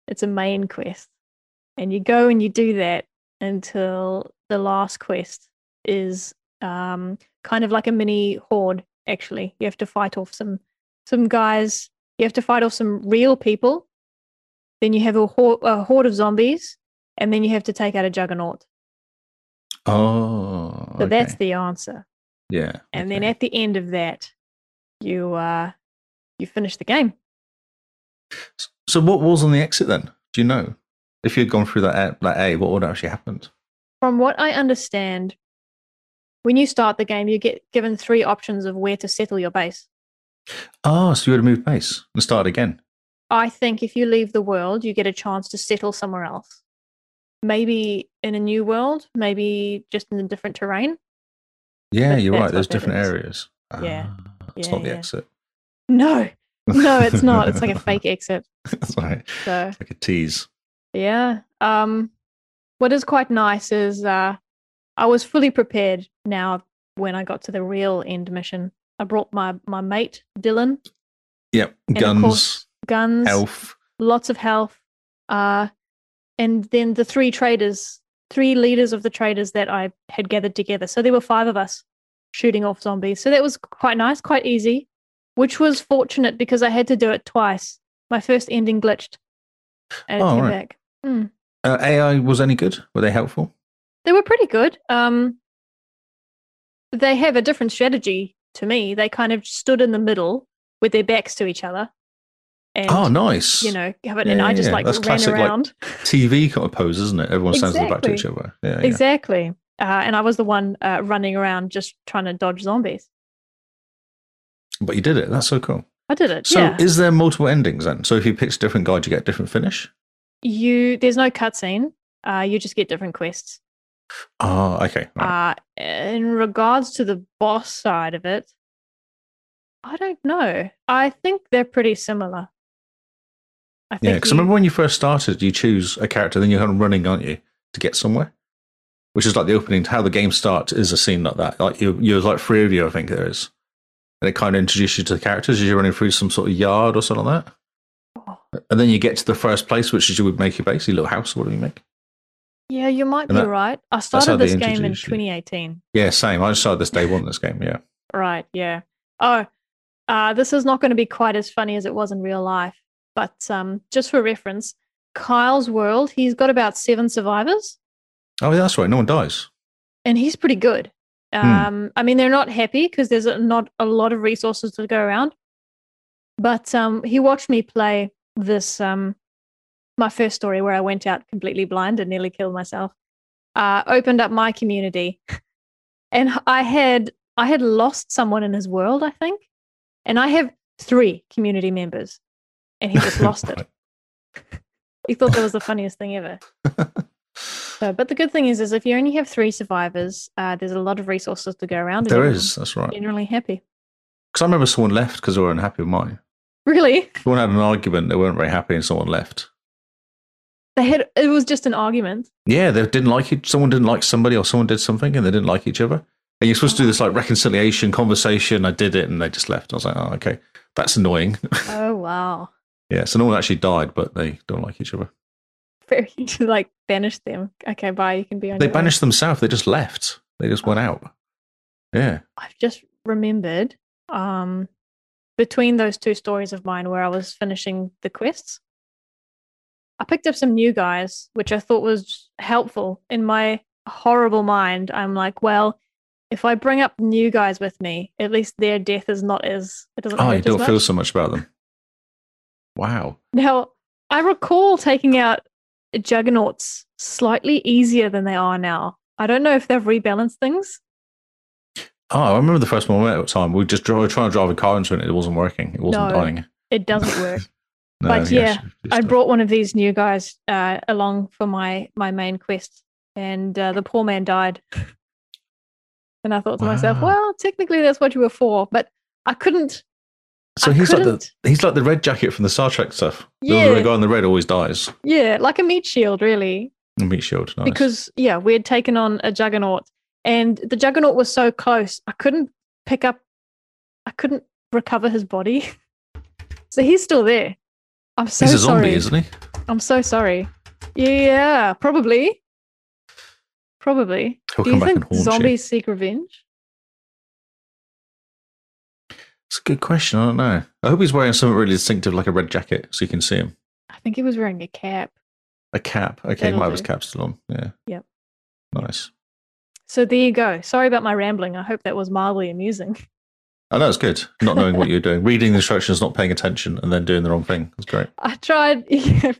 It's a main quest, and you go and you do that until the last quest is um, kind of like a mini horde actually you have to fight off some some guys you have to fight off some real people then you have a, hor- a horde of zombies and then you have to take out a juggernaut
oh,
so that's
okay.
the answer
yeah.
and then
okay.
at the end of that you uh you finish the game
so what was on the exit then? Do you know if you'd gone through that a, that A, what would have actually happened?
from what i understand when you start the game you get given three options of where to settle your base
Oh, so you would have moved base and started again.
I think if you leave the world, you get a chance to settle somewhere else. Maybe in a new world, maybe just in a different terrain.
Yeah,
That-
you're
that's
right. There's
what that
different
is.
areas.
Yeah.
Ah, it's
Yeah,
not the
yeah.
exit.
No, no, it's not. It's like a fake exit.
That's right.
So,
Like a tease.
yeah. Um, what is quite nice is uh, I was fully prepared now when I got to the real end mission. I brought my, my mate, Dylan,
Yep.
of
Guns,
course- guns,
elf.
lots of health. Uh, and then the three traders, three leaders of the traders that I had gathered together. So there were five of us shooting off zombies. So that was quite nice, quite easy, which was fortunate because I had to do it twice. My first ending glitched and it
Oh,
came
right.
back.
Uh, AI was any good? Were they helpful?
They were pretty good. Um, they have a different strategy to me. They kind of stood in the middle with their backs to each other. And,
oh, nice.
you know, have it,
Yeah,
and I
yeah,
just
yeah.
like
That's
ran
classic, like,
around.
TV kind of pose, isn't it? Everyone stands at the back to each
Exactly.
other. Yeah, yeah.
Exactly. Uh, and I was the one uh, running around just trying to dodge zombies.
But you did it. That's so cool.
I did it.
So,
yeah.
is there multiple endings then? So, if you picked a different guide, you get a different finish.
you there's no cutscene. Uh, you just get different quests.
Oh, okay. Right.
Uh, in regards to the boss side of it, I don't know. I think they're pretty similar. I
yeah,
think
because
you-
remember when you first started, you choose a character, then you're kind of running, aren't you, to get somewhere? Which is like the opening. to How the game starts is a scene like that. Like you, you're like three of you, I think there is, and it kind of introduces you to the characters as you're running through some sort of yard or something like
Oh.
that. And then you get to the first place, which is you would make your base, your little house, or whatever you make.
yeah, you might
and
be
that-
right. I
how
started
they
this game in
introduced you.
2018.
Yeah, same. I started this day one. This game, yeah.
Right. Yeah. Oh, uh, this is not going to be quite as funny as it was in real life. But um, just for reference, Kyle's world, he's got about seven survivors
Oh, yeah, that's right. No one dies.
and he's pretty good.
Hmm.
Um, I mean, they're not happy because there's a, not a lot of resources to go around. But um, he watched me play this, um, my first story where I went out completely blind and nearly killed myself. Uh, opened up my community, and I had I had lost someone in his world, I think, and I have three community members, and he just lost it. He thought that was the funniest thing ever. So, but the good thing is, is if you only have three survivors, uh, there's a lot of resources to go around. and
There
everyone's
is. That's right.
Generally happy.
Because I remember someone left because they were unhappy with mine.
Really,
Someone had an argument. They weren't very happy, and someone left.
they had. It was just an argument.
Yeah, they didn't like it. Someone didn't like somebody, or someone did something, and they didn't like each other. And you're supposed to do this like reconciliation conversation. I did it, and they just left. I was like, oh, okay. That's annoying.
Oh wow.
yeah, so no one actually died, but they don't like each other.
Very like banish them. Okay, bye. You can be on.
They
your own.
banished themselves. They just left. They just went out. Yeah.
I've just remembered um, between those two stories of mine where I was finishing the quests, I picked up some new guys, which I thought was helpful. In my horrible mind, I'm like, well, if I bring up new guys with me, at least their death is not as it doesn't.
Oh,
hurt
you
as
don't
much.
feel so much about them. Wow.
Now, I recall taking out juggernauts slightly easier than they are now. I don't know if they've rebalanced things.
Oh, I remember the first one we met at the time. We just drove, trying to drive a car into it. and It wasn't working. It wasn't
No.
dying.
It doesn't work.
No,
But yeah,
she- she
I
stuck.
brought one of these new guys uh, along for my my main quest, and uh, the poor man died. And I thought to myself,
Wow.
well, technically that's what you were for, but I couldn't.
So
I
he's like
couldn't.
the he's like the red jacket from the Star Trek stuff. The,
Yeah.
the guy in the red always dies.
yeah, like a meat shield, really,
The meat shield. Nice.
because yeah, we had taken on a juggernaut, and the juggernaut was so close, I couldn't pick up, I couldn't recover his body. so he's still there. I'm so
he's a
sorry.
zombie, isn't he?
I'm so sorry. Yeah, probably. Probably.
He'll
Do you
come back
think
and haunt you.
zombies seek revenge?
It's a good question. I don't know. I hope he's wearing something really distinctive, like a red jacket, so you can see him.
I think he was wearing a cap.
A cap. Okay, he
That'll
might have his
do.
cap still on. Yeah.
Yep.
Nice.
So there you go. Sorry about my rambling. I hope that was mildly amusing.
I know it's good. Not knowing what you're doing, reading the instructions, not paying attention, and then doing the wrong thing. It's great.
I tried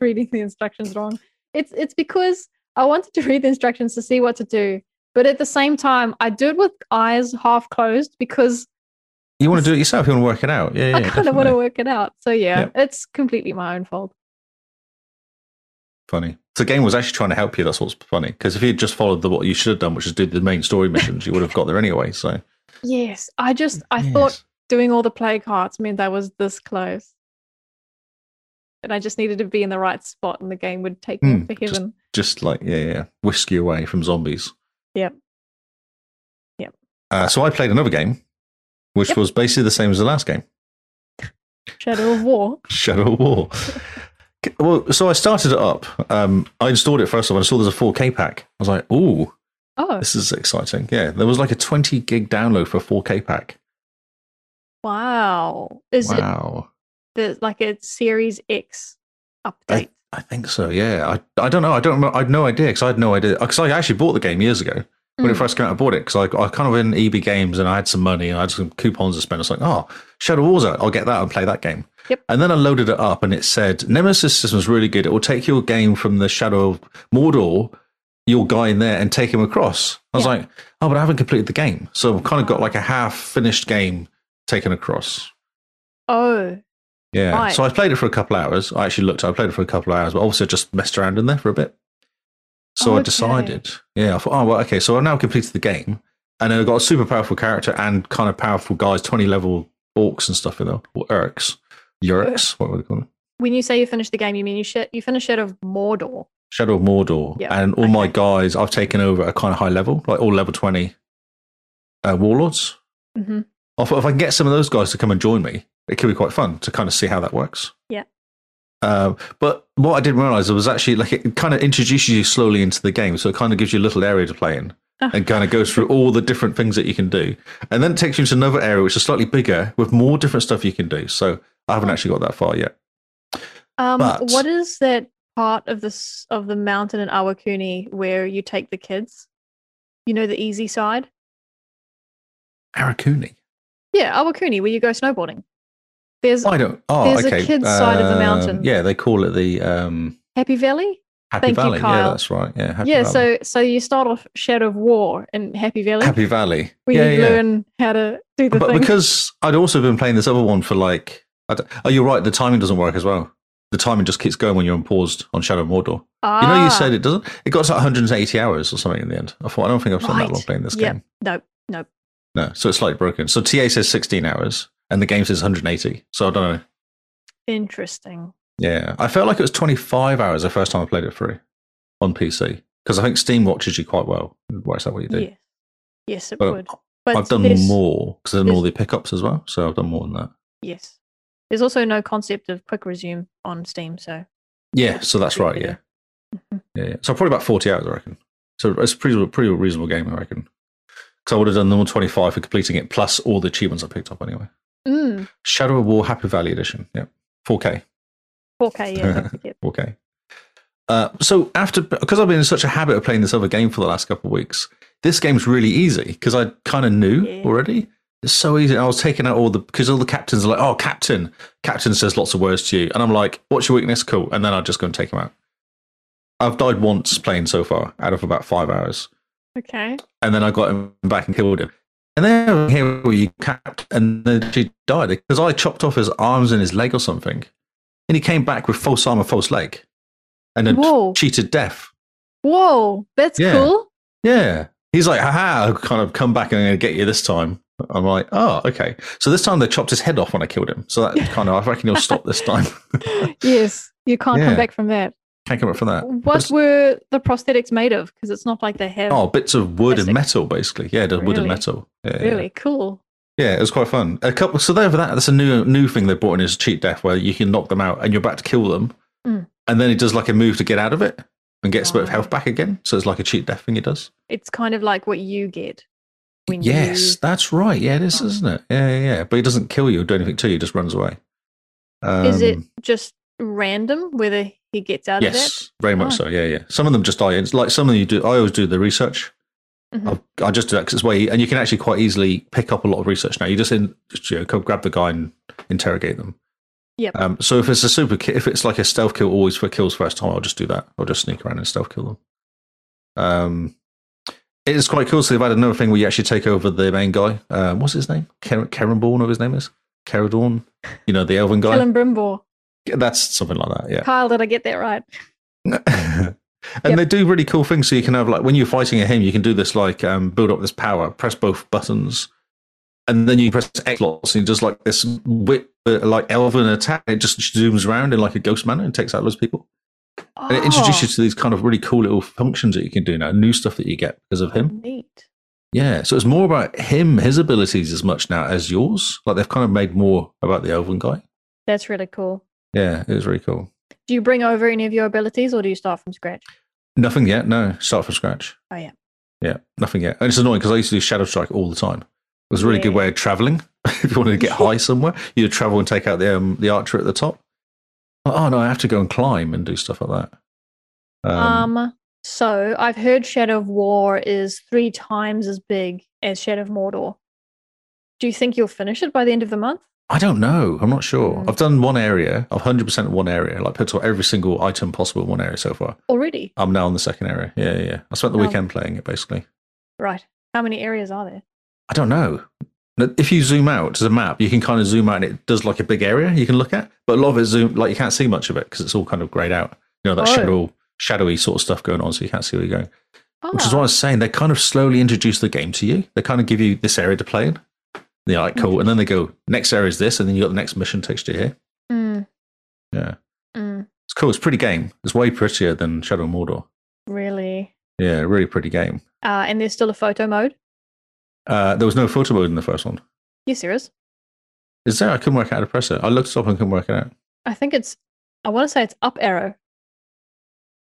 reading the instructions wrong. It's it's because I wanted to read the instructions to see what to do, but at the same time, I do it with eyes half closed because
You want to do it yourself. You want to work it out. Yeah. yeah
I kind of want to
definitely.
work it out. So yeah,
Yep.
it's completely my own fault.
Funny. So the game was actually trying to help you. That's what's funny. Because if you had just followed the what you should have done, which is do the main story missions, you would have got there anyway. So
Yes, I just I thought
Yes.
doing all the play cards meant I was this close. And I just needed to be in the right spot and the game would take me
Hmm,
for
just-
heaven.
just like yeah, yeah, yeah, whisk you away from zombies.
Yep. Yep.
Uh, so I played another game, which
Yep.
was basically the same as the last game,
Shadow of War.
Shadow of War. K- well, so I started it up. Um, I installed it first of all. I saw there's a 4K pack. I was like, "Ooh,
Oh,
this is exciting!" Yeah, there was like a 20 gig download for a 4K pack.
wow. Is it
wow.
the, like a Series X update?
I, I think so. Yeah. I, I don't know. I don't remember. I had no idea because I had no idea. Because I actually bought the game years ago when it
Mm.
first came out. I bought it because I, I kind of in EB Games and I had some money and I had some coupons to spend. I was like, oh, Shadow Wars, out. I'll get that and play that game.
Yep.
And then I loaded it up and it said Nemesis system's really good. It will take your game from the Shadow of Mordor, your guy in there, and take him across. I was
Yeah.
like, oh, but I haven't completed the game, so I've kind of got like a half finished game taken across.
oh,
Yeah.
Right.
So I played it for a couple hours. I actually looked. I played it for a couple of hours, but also just messed around in there for a bit. So I
Okay.
decided, yeah, I thought, oh well, okay. So I've now completed the game, and then I've got a super powerful character and kind of powerful guys, twenty level orcs and stuff in there, or urks, yurks, what were they called?
when you say you finish the game, you mean you, sh- you finish Shadow of Mordor.
Shadow of Mordor,
Yeah,
and all my
okay.
guys, I've taken over at a kind of high level, like all level twenty uh, warlords.
hmm
I thought if I can get some of those guys to come and join me, it could be quite fun to kind of see how that works.
Yeah.
Um, but what I didn't realize was actually like it kind of introduces you slowly into the game, so it kind of gives you a little area to play in,
Ah.
and kind of goes through all the different things that you can do, and then it takes you into another area which is slightly bigger with more different stuff you can do. So I haven't actually got that far yet.
Um,
But-
what is that part of this of the mountain in Awakuni where you take the kids? You know the easy side?
Arakuni.
Yeah, Awakuni, where you go snowboarding. There's
I don't. Oh,
There's a
okay.
kid's side of the
Um,
mountain.
Yeah, they call it the um,
Happy Valley.
Happy
Thank you,
Valley. yeah,
Kyle.
that's right. Yeah. Happy
yeah,
Valley.
so so you start off Shadow of War in Happy Valley,
Happy Valley.
where
yeah,
you
yeah.
learn how to do the
but
thing.
because I'd also been playing this other one for like, I don't- oh, you're right. The timing doesn't work as well. The timing just keeps going when you're on paused on Shadow of Mordor. You know,
Ah,
you said it doesn't. It got to like 180 hours or something in the end. I thought I don't think I've spent
Right.
that long playing this
Yep.
game.
nope, nope.
No, so it's slightly broken. So TA says 16 hours, and the game says 180. So I don't know.
Interesting.
Yeah, I felt like it was 25 hours the first time I played it through on PC because I think Steam watches you quite well. and Works out what you do.
Yes, yes, it
But
would. But
I've done
there's-
more because then all
there's-
the pickups as well. So I've done more than that.
Yes, There's also no concept of quick resume on Steam, so
Yeah, so that's right. Yeah,
Mhm.
yeah. yeah. So probably about forty hours, I reckon. So it's a pretty pretty reasonable game, I reckon. Because I would have done the one twenty five for completing it, plus all the achievements I picked up anyway.
Mm,
Shadow of War Happy Valley Edition. Yeah, four K.
4K, yeah. don't forget.
Okay. Uh, so after because I've been in such a habit of playing this other game for the last couple of weeks, this game's really easy because I kind of knew
Yeah.
already. It's so easy. I was taking out all the because all the captains are like, "Oh, captain, captain says lots of words to you," and I'm like, "What's your weakness?" Cool, and then I just go and take him out. I've died once playing so far out of about five hours
Okay.
and then I got him back and killed him. And then here were you capped, and then she died because I chopped off his arms and his leg or something, and he came back with false arm and false leg, and then
Whoa.
cheated death.
Whoa, that's
Yeah.
cool.
Yeah, he's like, haha, I'll kind of come back and I'm going to get you this time. I'm like, oh, okay. So this time they chopped his head off when I killed him. So that kind of, I reckon he'll stop this time.
yes, you can't
Yeah. Uh,
come back from that.
Can't come up from that.
What
it's-
were the prosthetics made of? Because it's not like they have.
Oh, bits of wood and
Plastic.
metal, basically. Yeah, the wood and
Really?
metal. Yeah, yeah.
really cool.
Yeah, it was quite fun. A couple. So there for that. That's a new new thing they brought in is cheat death, where you can knock them out and you're about to kill them,
Mm.
and then he does like a move to get out of it and gets a bit of
Wow.
health back again. So it's like a cheat death thing he does.
It's kind of like what you get when
yes,
you.
that's right. Yeah, it is,
Oh.
isn't it? Yeah, yeah, yeah. But he doesn't kill you or do anything to you. He just runs away. Um,
Is it just random whether he gets out
Yes, very much
Oh.
so. Yeah, yeah. Some of them just die. It's like some of you do. I always do the research.
Mhm.
I've, I just do that 'cause it's way, e, and you can actually quite easily pick up a lot of research now. You just, in, just you know, go grab the guy and interrogate them.
Yep.
Um, so if it's a super, ki- if it's like a stealth kill, always for kills first time, I'll just do that. I'll just sneak around and stealth kill them. Um, it is quite cool. So they've had another thing where you actually take over the main guy. Um, what's his name? Ker- Kerenborn, or his name is Keradorn. You know, the
of
elven
it?
guy.
Kellen Brimbor.
That's something like that. Yeah.
Kyle, did I get that right?
and
Yep.
they do really cool things. So you can have like when you're fighting a him, you can do this like um, build up this power, press both buttons, and then you press X lots, and you just like this whip uh, like elven attack. It just zooms around in like a ghost manner and takes out loads of people. And
Oh.
it introduces you to these kind of really cool little functions that you can do now, new stuff that you get because of him.
Oh, Neat.
Yeah, so it's more about him, his abilities as much now as yours. Like they've kind of made more about the elven guy.
That's really cool.
Yeah, it was really cool.
Do you bring over any of your abilities or do you start from scratch?
Nothing yet. No, start from scratch.
Oh, yeah.
yeah, nothing yet. And it's annoying because I used to do Shadow Strike all the time. It was a really good
Yeah.
way of traveling. if you wanted to get high somewhere, you'd travel and take out the um, the archer at the top. Like, oh no, I have to go and climb and do stuff like that. Um,
Um, so I've heard Shadow of War is three times as big as Shadow of Mordor. Do you think you'll finish it by the end of the month?
I don't know. I'm not sure.
Mm.
I've done one area. I've hundred percent one area. Like picked up every single item possible in one area so far.
Already?
I'm now on the second area. Yeah, yeah. yeah. I spent the
Oh.
weekend playing it basically.
Right. How many areas are there?
I don't know. If you zoom out to the map, you can kind of zoom out and it does like a big area you can look at. But a lot of it zoom like you can't see much of it because it's all kind of grayed out. You know that
Oh.
shadow, shadowy sort of stuff going on, so you can't see where you're going. Which is what I
Ah,
was saying. They kind of slowly introduce the game to you. They kind of give you this area to play in. They're like cool, and then they go next area is this, and then you got the next mission takes you here.
mm,
Yeah,
mm,
it's cool. It's a pretty game. It's way prettier than Shadow of Mordor.
really?
Yeah, really pretty game.
Uh, and there's still a photo mode?
Uh, there was no photo mode in the first one.
Yes, there is.
Is there? I couldn't work out how to press it. I looked it up and couldn't work it out.
I think it's, I want to say it's up arrow,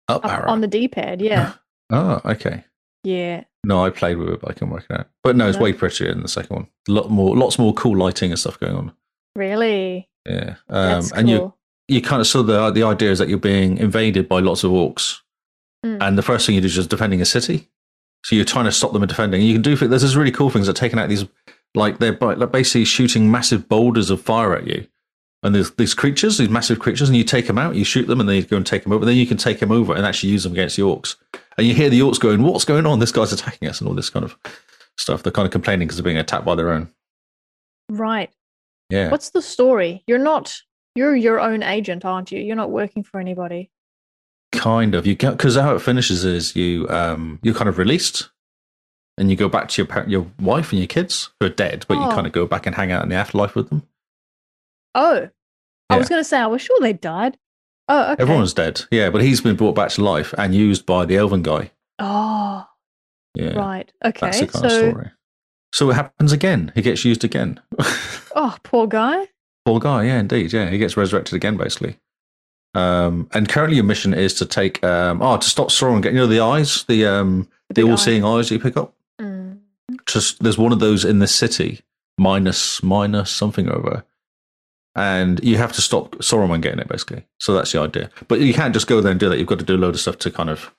Up,
up
arrow.
on the D pad. Yeah.
Oh, okay.
yeah.
No, I played with it, but I can work it out. But no, it's
No.
way prettier in the second one. Lot more, lots more cool lighting and stuff going on.
Really?
Yeah, um,
That's
and you
cool.
you kind of saw the the idea is that you're being invaded by lots of orcs,
Mm.
and the first thing you do is just defending a city. So you're trying to stop them and defending. And you can do thi- there's this really cool things that taking out these like they're bi- like basically shooting massive boulders of fire at you. And there's these creatures, these massive creatures, and you take them out, you shoot them, and then you go and take them over. Then you can take them over and actually use them against the orcs. And you hear the orcs going, "What's going on? This guy's attacking us!" and all this kind of stuff. They're kind of complaining because they're being attacked by their own.
Right.
Yeah.
What's the story? You're not, you're your own agent, aren't you? You're not working for anybody.
kind of you get because how it finishes is you um you're kind of released and you go back to your par- your wife and your kids who are dead but you
Oh.
kind of go back and hang out in the afterlife with them
Oh, I
Yeah.
was going to say, I was sure they died. Oh, okay.
everyone's dead yeah but he's been brought back to life and used by the elven guy
Oh,
yeah
right. Okay.
that's the kind
so,
of story so it happens again he gets used again
oh, poor guy.
Poor guy, yeah, indeed, yeah. He gets resurrected again, basically. Um, and currently, your mission is to take um, oh to stop Sauron getting you know the eyes, the um, the
big
all seeing eyes that you pick up.
eye. Mm.
Just there's one of those in the city, minus minus something or other, and you have to stop Sauron getting it basically. So that's the idea. But you can't just go there and do that. You've got to do a load of stuff to kind of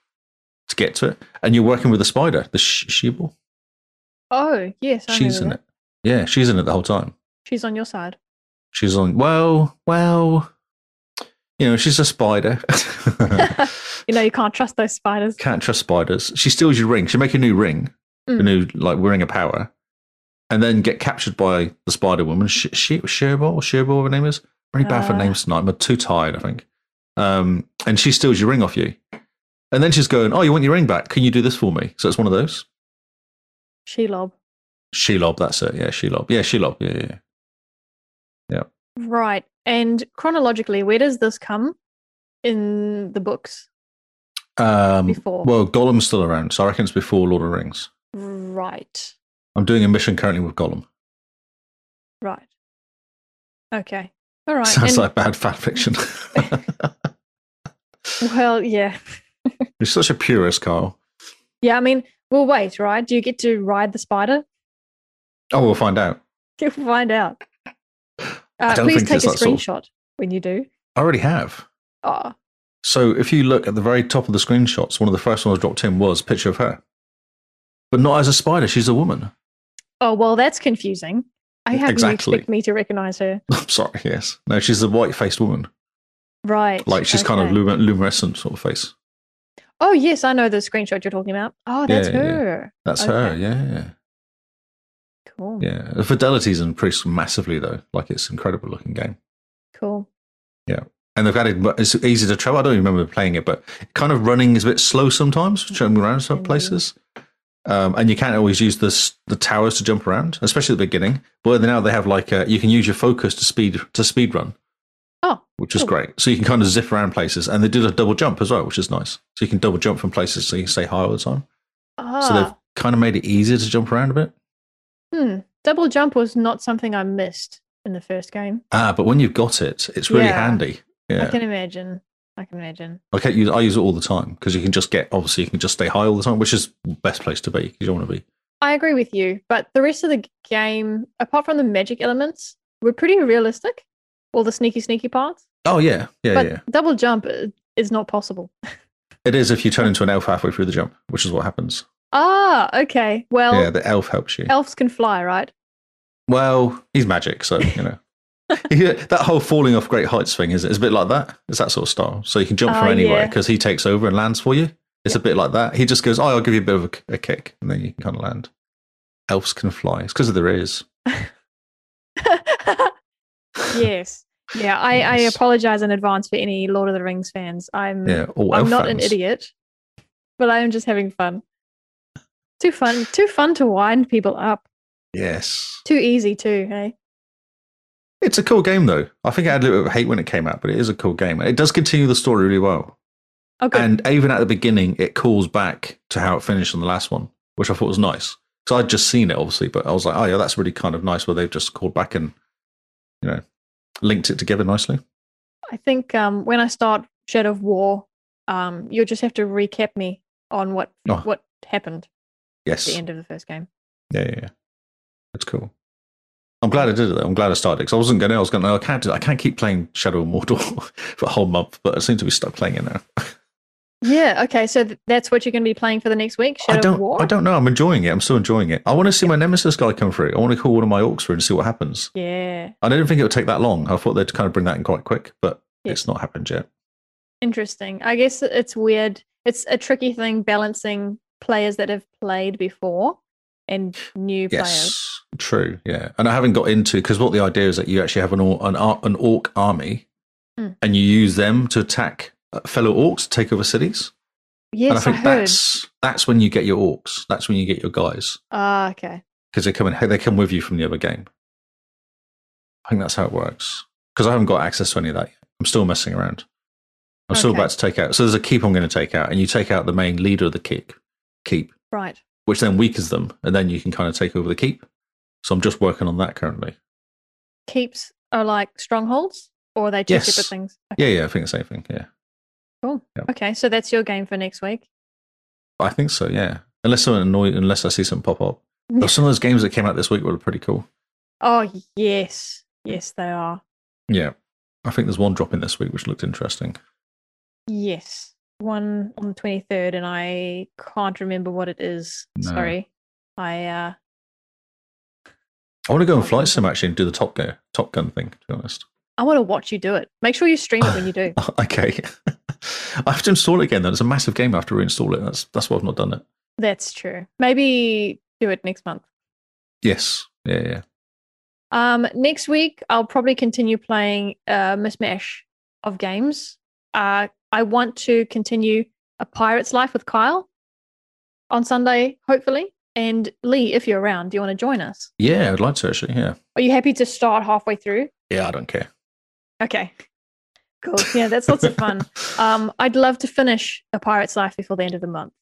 to get to it. And you're working with the spider, the sh- Sheeble.
Oh yes, I
She's in
remember
it. Yeah, she's in it the whole time.
that. She's on your side.
She's on, well, well, you know, she's a spider.
You know you can't trust those spiders.
Can't trust spiders. She steals your ring. She make a new ring, a
Mm.
new like ring of power, and then get captured by the spider woman. She, she Sherbor, Sherbor, her name is. Pretty bad for
Uh.
names tonight. I'm too tired, I think. Um, and she steals your ring off you, and then she's going, "Oh, you want your ring back? Can you do this for me?" So it's one of those.
She lob.
Shelob, that's it. Yeah, Shelob. Yeah, Shelob. Yeah, yeah. yeah.
Right. And chronologically, where does this come in the books?
Um,
Before.
Well, Gollum's still around, so I reckon it's before Lord of the Rings.
Right.
I'm doing a mission currently with Gollum.
Right. Okay. All right.
Sounds
and-
like bad fan fiction.
well, yeah.
You're such a purist, Carl.
Yeah, I mean, we'll wait, right? Do you get to ride the spider?
Oh, we'll find out.
You'll find out. Uh,
don't
please
think
take
it's
a
that sort of-
screenshot when you do.
I already have.
Oh,
So if you look at the very top of the screenshots, one of the first ones dropped in was a picture of her. But not as a spider, she's a woman.
oh well, that's confusing. I have you
E, Exactly.
expect me to recognize her.
I'm sorry, yes. No, she's a white faced woman.
Right.
Like she's kind of
okay.
lum- luminescent sort of face.
Oh, yes, I know the screenshot you're talking about. Oh, that's
Yeah, yeah.
her.
That's her,
Okay.
yeah.
Cool.
Yeah. The fidelity's increased massively though. Like it's an incredible looking game.
Cool.
and they've added but it's easy to travel. I don't even remember playing it, but kind of running is a bit slow sometimes, jumping around some
Mhm.
places. Um, and you can't always use the s- the towers to jump around, especially at the beginning. But now they have like a, you can use your focus to speed to speed run,
Oh,
which is
Cool.
great. So you can kind of zip around places, and they did a double jump as well, which is nice. So you can double jump from places, so you stay high all the time. So they've
ah,
kind of made it easier to jump around a bit.
hmm. Double jump was not something I missed in the first game.
Ah, but when you've got it, it's really
Yeah.
handy.
I
Yeah,
can imagine. I can imagine.
I can't use I use it all the time because you can just get obviously you can just stay high all the time, which is best place to be. You don't want to be.
I agree with you, but the rest of the game, apart from the magic elements, were pretty realistic. All the sneaky, sneaky parts.
Oh yeah, yeah,
but
yeah.
double jump i- is not possible.
It is if you turn into an elf halfway through the jump, which is what happens.
Ah, okay. Well,
yeah, the elf helps you.
elves can fly, right?
Well, he's magic, so you know. Yeah, that whole falling off great heights thing is it's a bit like that. It's that sort of style. So you can jump from
Ah,
anywhere
yeah.
because he takes over and lands for you. It's a bit like that. He just goes, "Oh, I'll give you a bit of a, a kick," and then you can kind of land. Elves can fly. It's because of their ears.
yes. Yeah, I, I
Yes.
apologize in advance for any Lord of the Rings fans. I'm
Yeah, all
Mm. I'm
elf
not an
fans.
idiot, but I am just having fun. Too fun, too fun to wind people up.
Yes,
Too easy too, hey?
It's a cool game, though. I think I had a little bit of hate when it came out, but it is a cool game. It does continue the story really well.
Oh, good.
And even at the beginning, it calls back to how it finished on the last one, which I thought was nice. Because I'd just seen it, obviously, but I was like, oh, yeah, that's really kind of nice where they've just called back and, you know, linked it together nicely.
I think um, when I start Shadow of War, um, you'll just have to recap me on what
Oh.
what happened at
Yes.
the
Yeah,
end of the first game.
yeah, yeah. That's cool. I'm glad I did it, though. I'm glad I started because I wasn't going to. I was going to, I can't do I can't keep playing Shadow of Mordor for a whole month, but I seem to be stuck playing it now.
Yeah. Okay. So th- that's what you're going to be playing for the next week. Shadow
I don't.
of War.
I don't know. I'm enjoying it. I'm still enjoying it. I want to see my nemesis guy come through. I want to call one of my orcs through and see what happens.
Yeah.
I didn't think it would take that long. I thought they'd kind of bring that in quite quick, but
Yeah.
it's not happened yet.
Interesting. I guess it's weird. It's a tricky thing balancing players that have played before and new players.
Yes, true. Yeah, and I haven't got into because what the idea is that you actually have an or, an, ar- an orc army,
Mm.
and you use them to attack uh, fellow orcs, take over cities. and I
Yes, I,
think
heard.
that's that's when you get your orcs. That's when you get your guys
Ah, okay.
because they come in, they come with you from the other game. I think that's how it works because I haven't got access to any of that. Yet. I'm still messing around. I'm still
Okay.
about to take out. So there's a keep I'm going to take out, and you take out the main leader of the keep, keep,
Right.
which then weakens them, and then you can kind of take over the keep. So I'm just working on that currently.
Keeps are like strongholds, or are they two
Yes.
separate things? Okay,
Yeah, yeah, I think the same thing. Yeah,
cool.
yeah.
Okay, so that's your game for next week.
I think so. Yeah, unless someone annoyed, unless I see something pop up. But some of those games that came out this week were pretty cool.
Oh yes, yes they are.
Yeah, I think there's one drop in this week which looked interesting.
Yes, one on the twenty third, and I can't remember what it is.
No.
Sorry, I uh,
I want to go on flight sim actually and do the Top Gun Top Gun thing. To be honest,
I want to watch you do it. Make sure you stream it when you do.
okay. I have to install it again. Though it's a massive game. I have to reinstall it. That's that's why I've not done it.
That's true. Maybe do it next month.
Yes. Yeah. Yeah.
Um, next week I'll probably continue playing a mismatch of games. Uh, I want to continue a pirate's life with Kyle on Sunday, hopefully. And Lee, if you're around, do you want to join us?
Yeah. I'd like to actually. Yeah.
Are you happy to start halfway through?
Yeah. I don't care.
Okay, cool. Yeah, that's lots of fun. Um, I'd love to finish a pirate's life before the end of the month.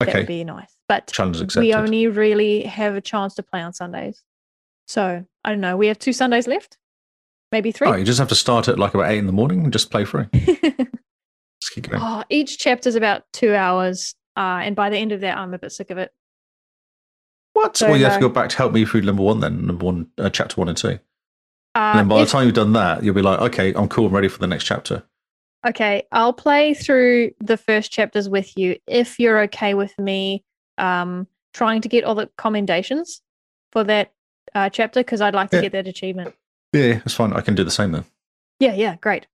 That
okay.
would be nice. But
Challenge accepted.
we only really have a chance to play on Sundays. So I don't know. We have two Sundays left, maybe three.
Oh, you just have to start at like about eight in the morning and just play through. Just keep going.
oh, each chapter's about two hours, uh, and by the end of that, I'm a bit sick of it.
what?
so
well, you have to
no.
go back to help me through number one, then number one, uh, chapter one and two.
Uh,
And then by
if-
the time you've done that, you'll be like, okay, I'm cool, I'm ready for the next chapter.
okay, I'll play through the first chapters with you if you're okay with me um, trying to get all the commendations for that uh, chapter because I'd like to
Yeah.
get that achievement.
Yeah, yeah, that's fine. I can do the same then.
Yeah, yeah, great.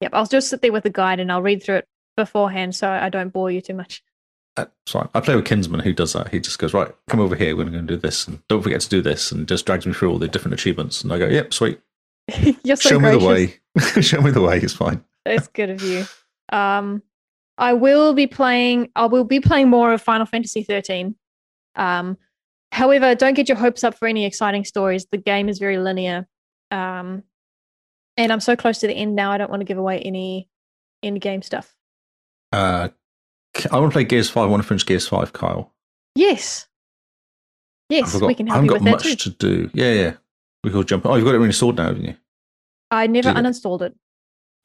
Yep, I'll just sit there with the guide and I'll read through it beforehand so I don't bore you too much.
That's fine. Uh, I play with Kinsman who does that. He just goes, right, come over here. We're going to do this. And don't forget to do this. And just drags me through all the different achievements. And I go, yep, sweet.
you're so
Show
gracious.
me the way. Show me the way. It's fine.
That's good of you. Um, I will be playing. I will be playing more of Final Fantasy thirteen. Um, however, don't get your hopes up for any exciting stories. The game is very linear, um, and I'm so close to the end now. I don't want to give away any end game stuff.
Uh, I want to play Gears 5. I want to finish Gears 5, Kyle.
Yes,
I
yes,
forgot-
we can help
I haven't
you
got
with that
much
too.
to do. Yeah, yeah. We could all jump. Oh, you've got it reinstalled now, haven't you?
I never
do that.
uninstalled it.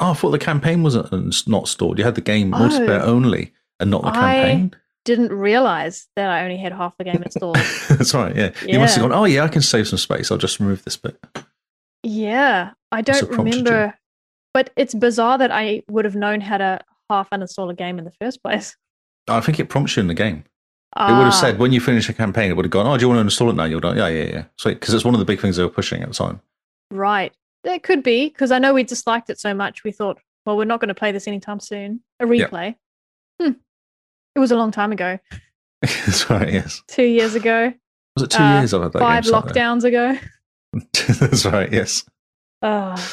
Oh, I thought the campaign was uh, not stored. You had the game
Oh.
multiplayer only and not the
I-
campaign.
Didn't realize that I only had half the game installed.
That's right. Yeah. You must have
Yeah.
gone, oh, yeah, I can save some space. I'll just remove this bit.
Yeah, I
Must have
don't
prompted you.
remember, but it's bizarre that I would have known how to half uninstall a game in the first place.
I think it prompts you in the game. It would have
Ah,
said when you finish a campaign, it would have gone, oh, do you want to install it now? You'll go, yeah, yeah, yeah. So because it's one of the big things they were pushing at the time.
right. That could be because I know we disliked it so much. We thought, well, we're not going to play this anytime soon. A
Yep.
replay. Hmm. It was a long time ago,
That's right. Yes.
two years ago,
Was it two
Uh,
years I've had that
five
game? sat there?
lockdowns ago.
That's right. Yes.
Ah,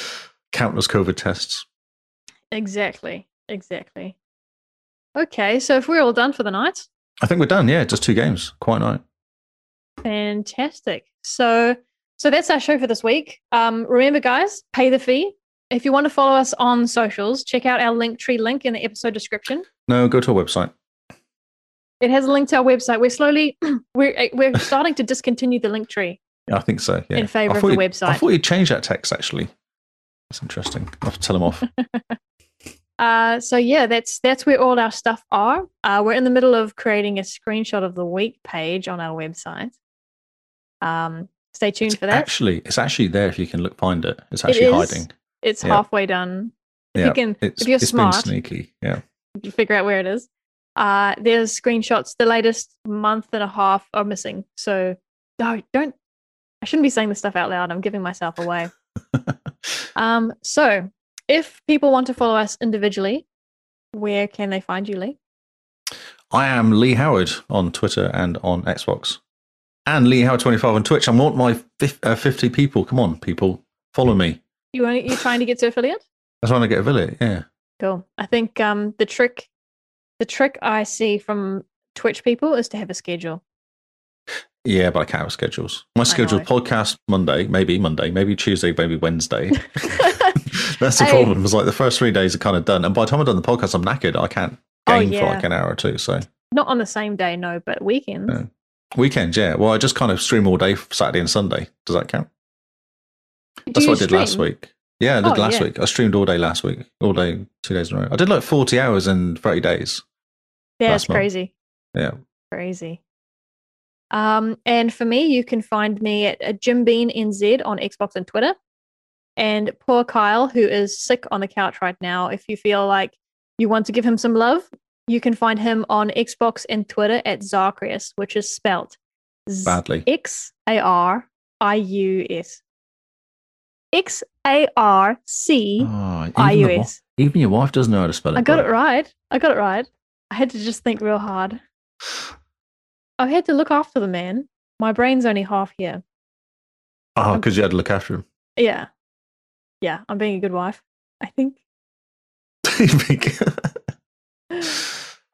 Countless COVID tests.
exactly, exactly. Okay, so if we're all done for the night,
I think we're done. Yeah. Just two games. Quite right.
Fantastic. So so that's our show for this week. Um, remember, guys, pay the fee. If you want to follow us on socials, check out our Linktree link in the episode description.
No, go to our website.
It has a link to our website. We're slowly we're eh, we're starting to discontinue the Linktree.
I think so. Yeah.
In favour
I
of
thought
the
you- I
website.
thought you'd change that text actually. That's interesting. I'll have to tell him off.
Uh, so yeah, that's that's where all our stuff are. Uh, we're in the middle of creating a screenshot of the week page on our website. Um, stay tuned for that.
actually, it's actually there if you can look find it. It's actually
is.
hiding.
it's
yeah.
halfway done. If
Yeah,
you can
It's,
if you're
it's
smart,
been sneaky. Yeah.
you figure out where it is. Uh, there's screenshots. The latest month and a half are missing. So no, don't. I shouldn't be saying this stuff out loud. I'm giving myself away. um, so if people want to follow us individually, where can they find you, Lee?
I am Lee Howard on Twitter and on Xbox. And Lee Howard 25 on Twitch. I want my fif- uh, 50 people. Come on, people. Follow me.
You want you trying to get to affiliate?
That's when I get a billet. Yeah.
Cool. I think um, the trick, the trick I see from Twitch people is to have a schedule.
Yeah, but I can't have schedules. My scheduled
know.
podcast Monday, maybe Monday, maybe Tuesday, maybe Wednesday. That's the
Hey.
problem. It's like the first three days are kind of done. And by the time I've done the podcast, I'm knackered. I can't
Oh,
game for
yeah.
like an hour or two. So
Not on the same day, no, but weekends.
No. Weekends, yeah. Well, I just kind of stream all day Saturday and Sunday. Does that count?
You
That's
you
what I did
stream?
last week. Yeah, I did
Oh,
last
yeah.
week. I streamed all day last week, all day, two days in a row. I did like 40 hours in 30 days.
Yeah,
last
it's
month.
crazy.
Yeah.
Crazy. Um, and for me, you can find me at, at Jim Bean NZ on Xbox and Twitter. And poor Kyle, who is sick on the couch right now, if you feel like you want to give him some love, you can find him on Xbox and Twitter at Zarkrius, which is spelt Z
Badly.
X A R I U S. X A R C
Oh,
I U
your,
S.
even your wife doesn't know how to spell it.
I got it
right.
right. I got it right. I had to just think real hard. I had to look after the man. My brain's only half here.
Oh, because you had to look after him.
Yeah. Yeah, I'm being a good wife, I think.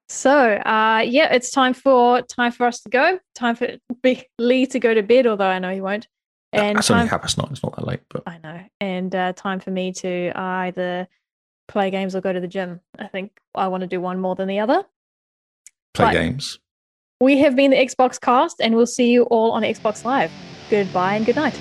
So, uh, yeah, it's time for time for us to go. Time for Be- Lee to go to bed, although I know he won't. And
That's only
time-
half past nine. It's not that late, but
I know. And uh, time for me to either play games or go to the gym. I think I want to do one more than the other.
play
Right.
games.
We have been the Xbox Cast, and we'll see you all on Xbox Live. Goodbye and good night.